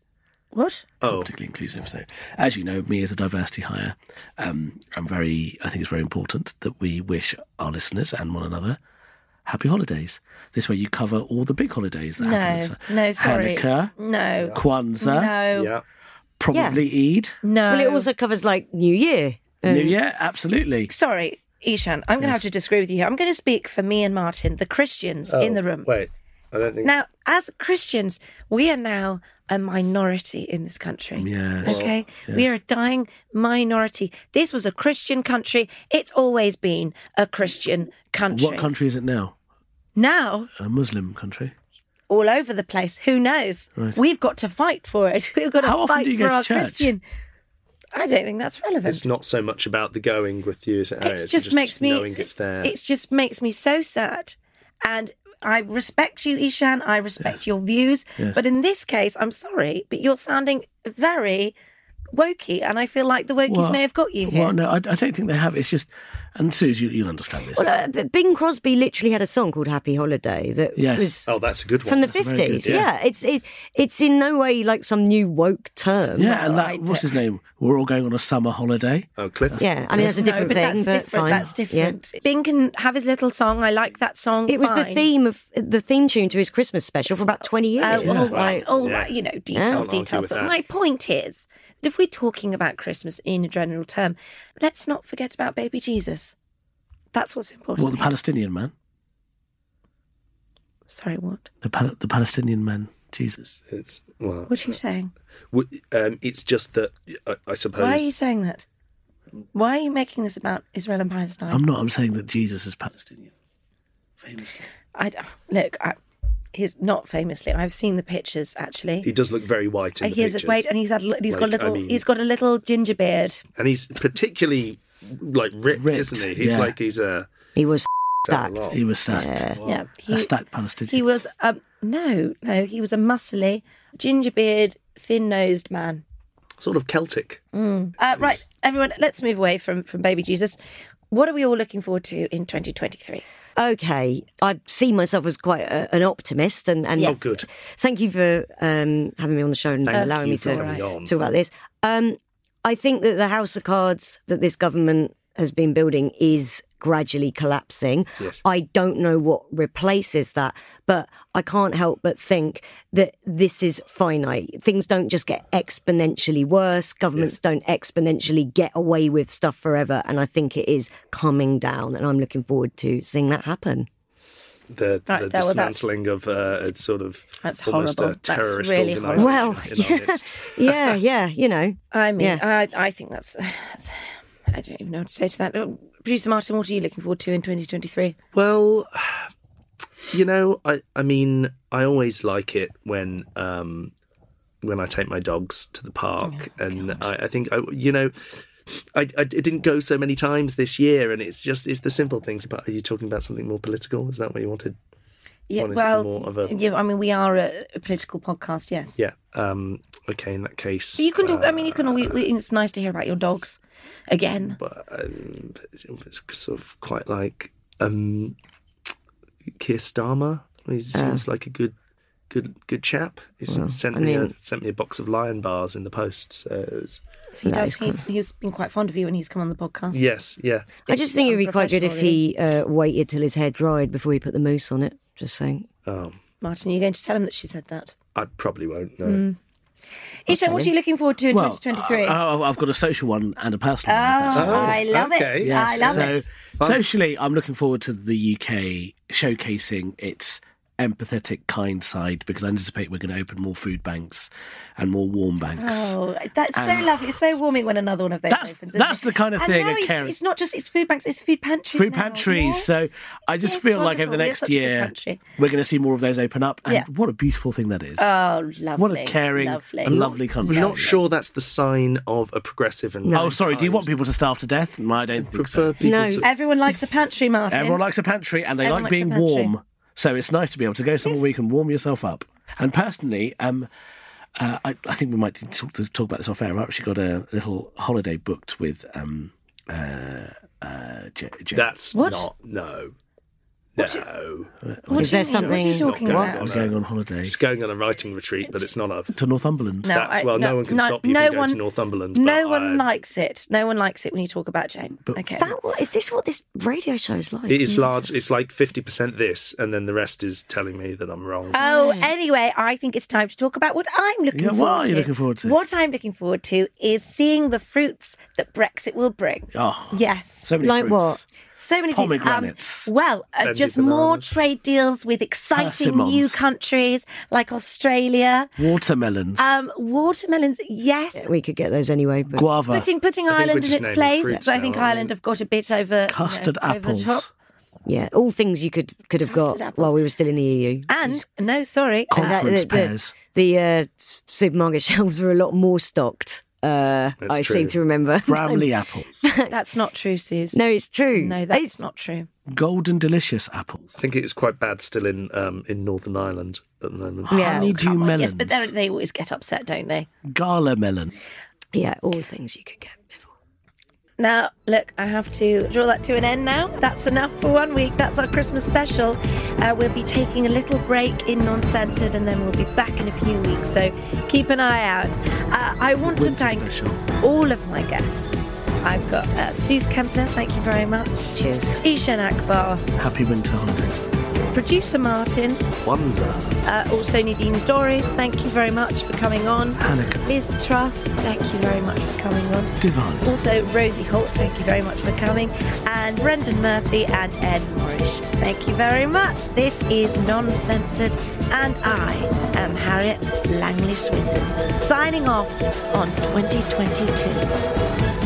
[SPEAKER 2] What?
[SPEAKER 4] It's
[SPEAKER 3] Oh.
[SPEAKER 4] not particularly inclusive. So, as you know, me as a diversity hire, um, I'm very. I think it's very important that we wish our listeners and one another Happy Holidays. This way you cover all the big holidays that
[SPEAKER 2] No,
[SPEAKER 4] happen. So
[SPEAKER 2] no, sorry.
[SPEAKER 4] Hanukkah,
[SPEAKER 2] No,
[SPEAKER 4] Kwanzaa,
[SPEAKER 2] no,
[SPEAKER 3] Yeah.
[SPEAKER 4] probably Eid,
[SPEAKER 2] no.
[SPEAKER 5] Well, it also covers like New Year. Um,
[SPEAKER 4] New Year, absolutely.
[SPEAKER 2] Sorry, Ishan, I'm going to have to disagree with you here. I'm going to speak for me and Martin, the Christians in the room.
[SPEAKER 3] Oh, Wait, I don't think.
[SPEAKER 2] Now, as Christians, we are now a minority in this country.
[SPEAKER 4] Yes.
[SPEAKER 2] Okay. We are a dying minority. This was a Christian country. It's always been a Christian country.
[SPEAKER 4] What country is it now?
[SPEAKER 2] now,
[SPEAKER 4] A Muslim country.
[SPEAKER 2] all over the place. Who knows?
[SPEAKER 4] Right.
[SPEAKER 2] We've got to fight for it. We've got to
[SPEAKER 4] How often
[SPEAKER 2] fight
[SPEAKER 4] do you
[SPEAKER 2] for
[SPEAKER 4] go to
[SPEAKER 2] our
[SPEAKER 4] church?
[SPEAKER 2] Christian. I don't think that's relevant.
[SPEAKER 3] It's not so much about the going with you as it
[SPEAKER 2] it
[SPEAKER 3] is.
[SPEAKER 2] just, makes me
[SPEAKER 3] knowing it's there.
[SPEAKER 2] It just makes me so sad. And I respect you, Ishan. I respect your views, but in this case, I'm sorry, but you're sounding very wokey, and I feel like the wokies
[SPEAKER 4] Well,
[SPEAKER 2] may have got you here.
[SPEAKER 4] Well, no, I, I don't think they have. It's just, and Suze, you, you'll understand this.
[SPEAKER 5] Well, uh, but Bing Crosby literally had a song called Happy Holiday that
[SPEAKER 4] Yes.
[SPEAKER 5] was
[SPEAKER 3] oh, that's a good one.
[SPEAKER 5] from the
[SPEAKER 4] a very good-
[SPEAKER 5] fifties.
[SPEAKER 4] yeah.
[SPEAKER 5] Yeah. it's it, it's in no way like some new woke term.
[SPEAKER 4] yeah, and
[SPEAKER 2] I
[SPEAKER 4] that, what's his name? We're all going on a summer holiday.
[SPEAKER 3] oh, Cliff.
[SPEAKER 5] Yeah, I mean that's a
[SPEAKER 2] No,
[SPEAKER 5] different
[SPEAKER 2] but
[SPEAKER 5] thing.
[SPEAKER 2] that's
[SPEAKER 5] but
[SPEAKER 2] different.
[SPEAKER 5] fine.
[SPEAKER 2] That's
[SPEAKER 5] Yeah.
[SPEAKER 2] different. Bing can have his little song. I like that song.
[SPEAKER 5] It was the
[SPEAKER 2] fine.
[SPEAKER 5] theme of the theme tune to his Christmas special for about twenty years.
[SPEAKER 2] Oh, all
[SPEAKER 5] Like,
[SPEAKER 2] right, all right.
[SPEAKER 3] Yeah.
[SPEAKER 2] You know, details,
[SPEAKER 3] argue
[SPEAKER 2] details.
[SPEAKER 3] with
[SPEAKER 2] But
[SPEAKER 3] that.
[SPEAKER 2] my point is that if we're talking about Christmas in a general term, let's not forget about baby Jesus. That's what's important.
[SPEAKER 4] Well, the Palestinian man,
[SPEAKER 2] Sorry, what?
[SPEAKER 4] the Pal- the Palestinian man, Jesus.
[SPEAKER 3] It's well,
[SPEAKER 2] What are you saying?
[SPEAKER 3] w- um, it's just that I, I suppose.
[SPEAKER 2] Why are you saying that? Why are you making this about Israel and Palestine?
[SPEAKER 4] I'm not. I'm saying that Jesus is Palestinian. Famously.
[SPEAKER 2] I don't- look. I, he's not famously. I've seen the pictures actually.
[SPEAKER 3] He does look very white in
[SPEAKER 2] And
[SPEAKER 3] the
[SPEAKER 2] Uh, he has a
[SPEAKER 3] pictures,
[SPEAKER 2] weight, and he's had. li- He's got a
[SPEAKER 3] Like, I
[SPEAKER 2] little.
[SPEAKER 3] mean-
[SPEAKER 2] he's got a little ginger beard.
[SPEAKER 3] and he's particularly like ripped,
[SPEAKER 4] Ripped,
[SPEAKER 3] isn't he? He's
[SPEAKER 4] yeah.
[SPEAKER 3] like he's uh,
[SPEAKER 5] He was
[SPEAKER 3] done
[SPEAKER 5] stacked.
[SPEAKER 3] a lot.
[SPEAKER 4] He was stacked.
[SPEAKER 5] Yeah.
[SPEAKER 2] Yeah,
[SPEAKER 4] a
[SPEAKER 2] he,
[SPEAKER 4] stacked Palestinian.
[SPEAKER 2] he was. Um, no, no, he was a muscly, ginger beard, thin nosed man.
[SPEAKER 3] sort of Celtic.
[SPEAKER 2] Uh, right, everyone, let's move away from from baby Jesus. What are we all looking forward to in 2023?
[SPEAKER 5] okay, I see myself as quite a, an optimist, and, and
[SPEAKER 2] Yes. Oh,
[SPEAKER 3] good.
[SPEAKER 5] Thank you for um, having me on the show and
[SPEAKER 3] Thank
[SPEAKER 5] allowing
[SPEAKER 3] you
[SPEAKER 5] me
[SPEAKER 3] for
[SPEAKER 5] to
[SPEAKER 3] coming on.
[SPEAKER 5] talk about this. Um, I think that the house of cards that this government has been building is gradually collapsing.
[SPEAKER 3] Yes.
[SPEAKER 5] I don't know what replaces that, but I can't help but think that this is finite. Things don't just get exponentially worse. Governments don't exponentially get away with stuff forever. And I think it is coming down. And I'm looking forward to seeing that happen.
[SPEAKER 3] The,
[SPEAKER 2] Right,
[SPEAKER 3] the
[SPEAKER 2] that- well, that's-
[SPEAKER 3] dismantling of uh, it's sort of
[SPEAKER 2] That's
[SPEAKER 3] almost
[SPEAKER 2] horrible.
[SPEAKER 3] a
[SPEAKER 2] That's
[SPEAKER 3] terrorist
[SPEAKER 2] really
[SPEAKER 3] organisation
[SPEAKER 5] horrible. Well,
[SPEAKER 3] in our midst.
[SPEAKER 5] yeah, yeah, you know.
[SPEAKER 2] I mean,
[SPEAKER 5] Yeah.
[SPEAKER 2] I, I think that's, that's. I don't even know what to say to that. Uh, Producer Martin, what are you looking forward to in 2023?
[SPEAKER 3] Well, you know, I I mean, I always like it when um when I take my dogs to the park,
[SPEAKER 2] Oh,
[SPEAKER 3] and I, I think I you know. I, I it didn't go so many times this year, and it's just it's the simple things. But are you talking about something more political? Is that what you wanted?
[SPEAKER 2] Yeah,
[SPEAKER 3] Wanted more of
[SPEAKER 2] well,
[SPEAKER 3] a-
[SPEAKER 2] yeah, I mean, we are a, a political podcast, yes.
[SPEAKER 3] Yeah. Um. Okay. In that case,
[SPEAKER 2] But You can talk, I mean, you can always,
[SPEAKER 3] Uh,
[SPEAKER 2] it's nice to hear about your dogs again.
[SPEAKER 3] but um, it's sort of quite like um, Keir Starmer. He seems like a good, good, good chap. He s- sent
[SPEAKER 5] I
[SPEAKER 3] me
[SPEAKER 5] mean-
[SPEAKER 3] a, sent me a box of Lion bars in the post. So it was,
[SPEAKER 2] So he
[SPEAKER 5] That
[SPEAKER 2] does,
[SPEAKER 5] is
[SPEAKER 2] he, he's been quite fond of you when he's come on the podcast.
[SPEAKER 3] yes, yeah.
[SPEAKER 5] I just think it would be quite good if he uh, waited till his hair dried before he put the moose on it. Just saying.
[SPEAKER 3] Oh,
[SPEAKER 2] Martin, are you going to tell him that she said that?
[SPEAKER 3] I probably won't. No.
[SPEAKER 2] Mm. Ishan, what are you looking forward to in
[SPEAKER 4] well,
[SPEAKER 2] 2023?
[SPEAKER 3] uh,
[SPEAKER 4] I, I've got a social one and a personal one. if that's
[SPEAKER 2] oh,
[SPEAKER 4] all right.
[SPEAKER 2] I love
[SPEAKER 3] okay.
[SPEAKER 2] it. I
[SPEAKER 4] Yes.
[SPEAKER 2] love
[SPEAKER 4] so,
[SPEAKER 2] it.
[SPEAKER 4] socially, I'm looking forward to the UK showcasing its empathetic, kind side because I anticipate we're going to open more food banks and more warm banks.
[SPEAKER 2] Oh, that's so lovely. It's so warming when another one of those
[SPEAKER 4] That's-
[SPEAKER 2] opens. isn't
[SPEAKER 4] that's
[SPEAKER 2] it?
[SPEAKER 4] the kind of
[SPEAKER 2] And
[SPEAKER 4] thing
[SPEAKER 2] now
[SPEAKER 4] a
[SPEAKER 2] it's,
[SPEAKER 4] care-
[SPEAKER 2] it's not just it's food banks, it's food pantries.
[SPEAKER 4] Food
[SPEAKER 2] now.
[SPEAKER 4] pantries.
[SPEAKER 2] Yes.
[SPEAKER 4] So I just
[SPEAKER 2] Yes,
[SPEAKER 4] feel like over
[SPEAKER 2] wonderful. We're
[SPEAKER 4] the next
[SPEAKER 2] such a good
[SPEAKER 4] year
[SPEAKER 2] country.
[SPEAKER 4] we're going to see more of those open up, and
[SPEAKER 2] Yeah.
[SPEAKER 4] what a beautiful thing that is!
[SPEAKER 2] Oh, lovely.
[SPEAKER 4] what a caring,
[SPEAKER 2] lovely.
[SPEAKER 4] lovely country.
[SPEAKER 3] I'm not sure that's the sign of a progressive and.
[SPEAKER 4] Oh, sorry. Do you want people to starve to death? I don't think
[SPEAKER 3] prefer
[SPEAKER 4] so.
[SPEAKER 3] people
[SPEAKER 5] No.
[SPEAKER 3] to?
[SPEAKER 2] Everyone likes a pantry, Martin.
[SPEAKER 4] Everyone likes a pantry and they
[SPEAKER 2] Everyone
[SPEAKER 4] like
[SPEAKER 2] likes a
[SPEAKER 4] being
[SPEAKER 2] pantry.
[SPEAKER 4] warm. So it's nice to be able to go somewhere where you can warm yourself up. And personally, um, uh, I, I think we might need to talk, to talk about this off air. I've actually got a little holiday booked with um, uh, uh, J- J-
[SPEAKER 3] That's
[SPEAKER 2] What?
[SPEAKER 3] not no. No.
[SPEAKER 2] What
[SPEAKER 5] Is
[SPEAKER 2] do you
[SPEAKER 5] there
[SPEAKER 2] mean? What are you
[SPEAKER 5] something-
[SPEAKER 2] talking
[SPEAKER 3] What?
[SPEAKER 2] about?
[SPEAKER 4] I'm going on holiday
[SPEAKER 3] She's going on a writing retreat, but it's not of.
[SPEAKER 4] to Northumberland.
[SPEAKER 2] No,
[SPEAKER 3] That's
[SPEAKER 2] I-
[SPEAKER 3] well, no,
[SPEAKER 2] no,
[SPEAKER 3] one can
[SPEAKER 2] no-
[SPEAKER 3] stop you
[SPEAKER 2] no
[SPEAKER 3] from going to
[SPEAKER 2] one-
[SPEAKER 3] Northumberland.
[SPEAKER 2] No
[SPEAKER 3] but
[SPEAKER 2] one
[SPEAKER 3] I-
[SPEAKER 2] likes it. No one likes it when you talk about Jane. okay.
[SPEAKER 5] Is that what? Is this what this radio show is like?
[SPEAKER 3] It is large.
[SPEAKER 5] Jesus.
[SPEAKER 3] It's like fifty percent this, and then the rest is telling me that I'm wrong.
[SPEAKER 2] Oh, anyway, I think it's time to talk about what I'm looking
[SPEAKER 4] Yeah, what
[SPEAKER 2] forward
[SPEAKER 4] are
[SPEAKER 2] to.
[SPEAKER 4] you looking forward to?
[SPEAKER 2] What I'm looking forward to is seeing the fruits that Brexit will bring.
[SPEAKER 4] Oh,
[SPEAKER 2] Yes.
[SPEAKER 4] so many
[SPEAKER 5] Like
[SPEAKER 4] fruits.
[SPEAKER 5] what?
[SPEAKER 2] So many things.
[SPEAKER 4] Pomegranates.
[SPEAKER 2] Um, well, uh,
[SPEAKER 3] Bendy
[SPEAKER 2] just more
[SPEAKER 3] bananas.
[SPEAKER 2] trade deals with exciting new
[SPEAKER 4] Persimmons.
[SPEAKER 2] countries like Australia.
[SPEAKER 4] Watermelons,
[SPEAKER 2] Um, watermelons, yes.
[SPEAKER 5] We could get those anyway. But
[SPEAKER 4] guava,
[SPEAKER 2] Putting putting
[SPEAKER 3] I think we're
[SPEAKER 2] Ireland in
[SPEAKER 3] just
[SPEAKER 2] its place,
[SPEAKER 3] naming fruits
[SPEAKER 2] but I think
[SPEAKER 3] now, aren't
[SPEAKER 2] Ireland
[SPEAKER 3] we?
[SPEAKER 2] have got a bit over you know,
[SPEAKER 4] custard
[SPEAKER 2] over the top.
[SPEAKER 4] apples,
[SPEAKER 5] yeah, all things you could could have got
[SPEAKER 2] Custard apples.
[SPEAKER 5] while we were still in the E EU.
[SPEAKER 2] And no, sorry, Uh,
[SPEAKER 5] And that-
[SPEAKER 4] conference
[SPEAKER 5] the,
[SPEAKER 4] pears.
[SPEAKER 5] The, the uh, supermarket shelves were a lot more stocked. Uh,
[SPEAKER 3] That's
[SPEAKER 5] I
[SPEAKER 3] true.
[SPEAKER 5] seem to remember.
[SPEAKER 4] Bramley apples,
[SPEAKER 2] that's not true, Suze.
[SPEAKER 5] No, it's true.
[SPEAKER 2] no, that's
[SPEAKER 5] It's-
[SPEAKER 2] not true.
[SPEAKER 4] golden delicious apples,
[SPEAKER 3] I think it is quite bad still in um, in Northern Ireland at the moment.
[SPEAKER 5] Yeah.
[SPEAKER 4] honeydew melons,
[SPEAKER 2] Oh, Yes, but they they always get upset, don't they?
[SPEAKER 4] gala melon.
[SPEAKER 5] Yeah, all things you could get.
[SPEAKER 2] Now, look, I have to draw that to an end now. That's enough for one week. That's our Christmas special. Uh, we'll be taking a little break in Non Censored and then we'll be back in a few weeks. So keep an eye out. Uh, I want to
[SPEAKER 4] Winter
[SPEAKER 2] thank
[SPEAKER 4] special.
[SPEAKER 2] all of my guests. I've got uh, Suze Kempner, thank you very much.
[SPEAKER 5] Cheers.
[SPEAKER 2] Ishan Akbar,
[SPEAKER 4] Happy winter holidays.
[SPEAKER 2] producer Martin,
[SPEAKER 3] Wanza.
[SPEAKER 2] uh, also Nadine Doris, thank you very much for coming on.
[SPEAKER 4] Hanukkah.
[SPEAKER 2] Liz Truss, thank you very much for coming on.
[SPEAKER 4] Divine.
[SPEAKER 2] Also, Rosie Holt, thank you very much for coming. And Brendan Murphy and Ed Morrish, thank you very much. This is Non Censored, and I am Harriet Langley Swindon, signing off on 2022.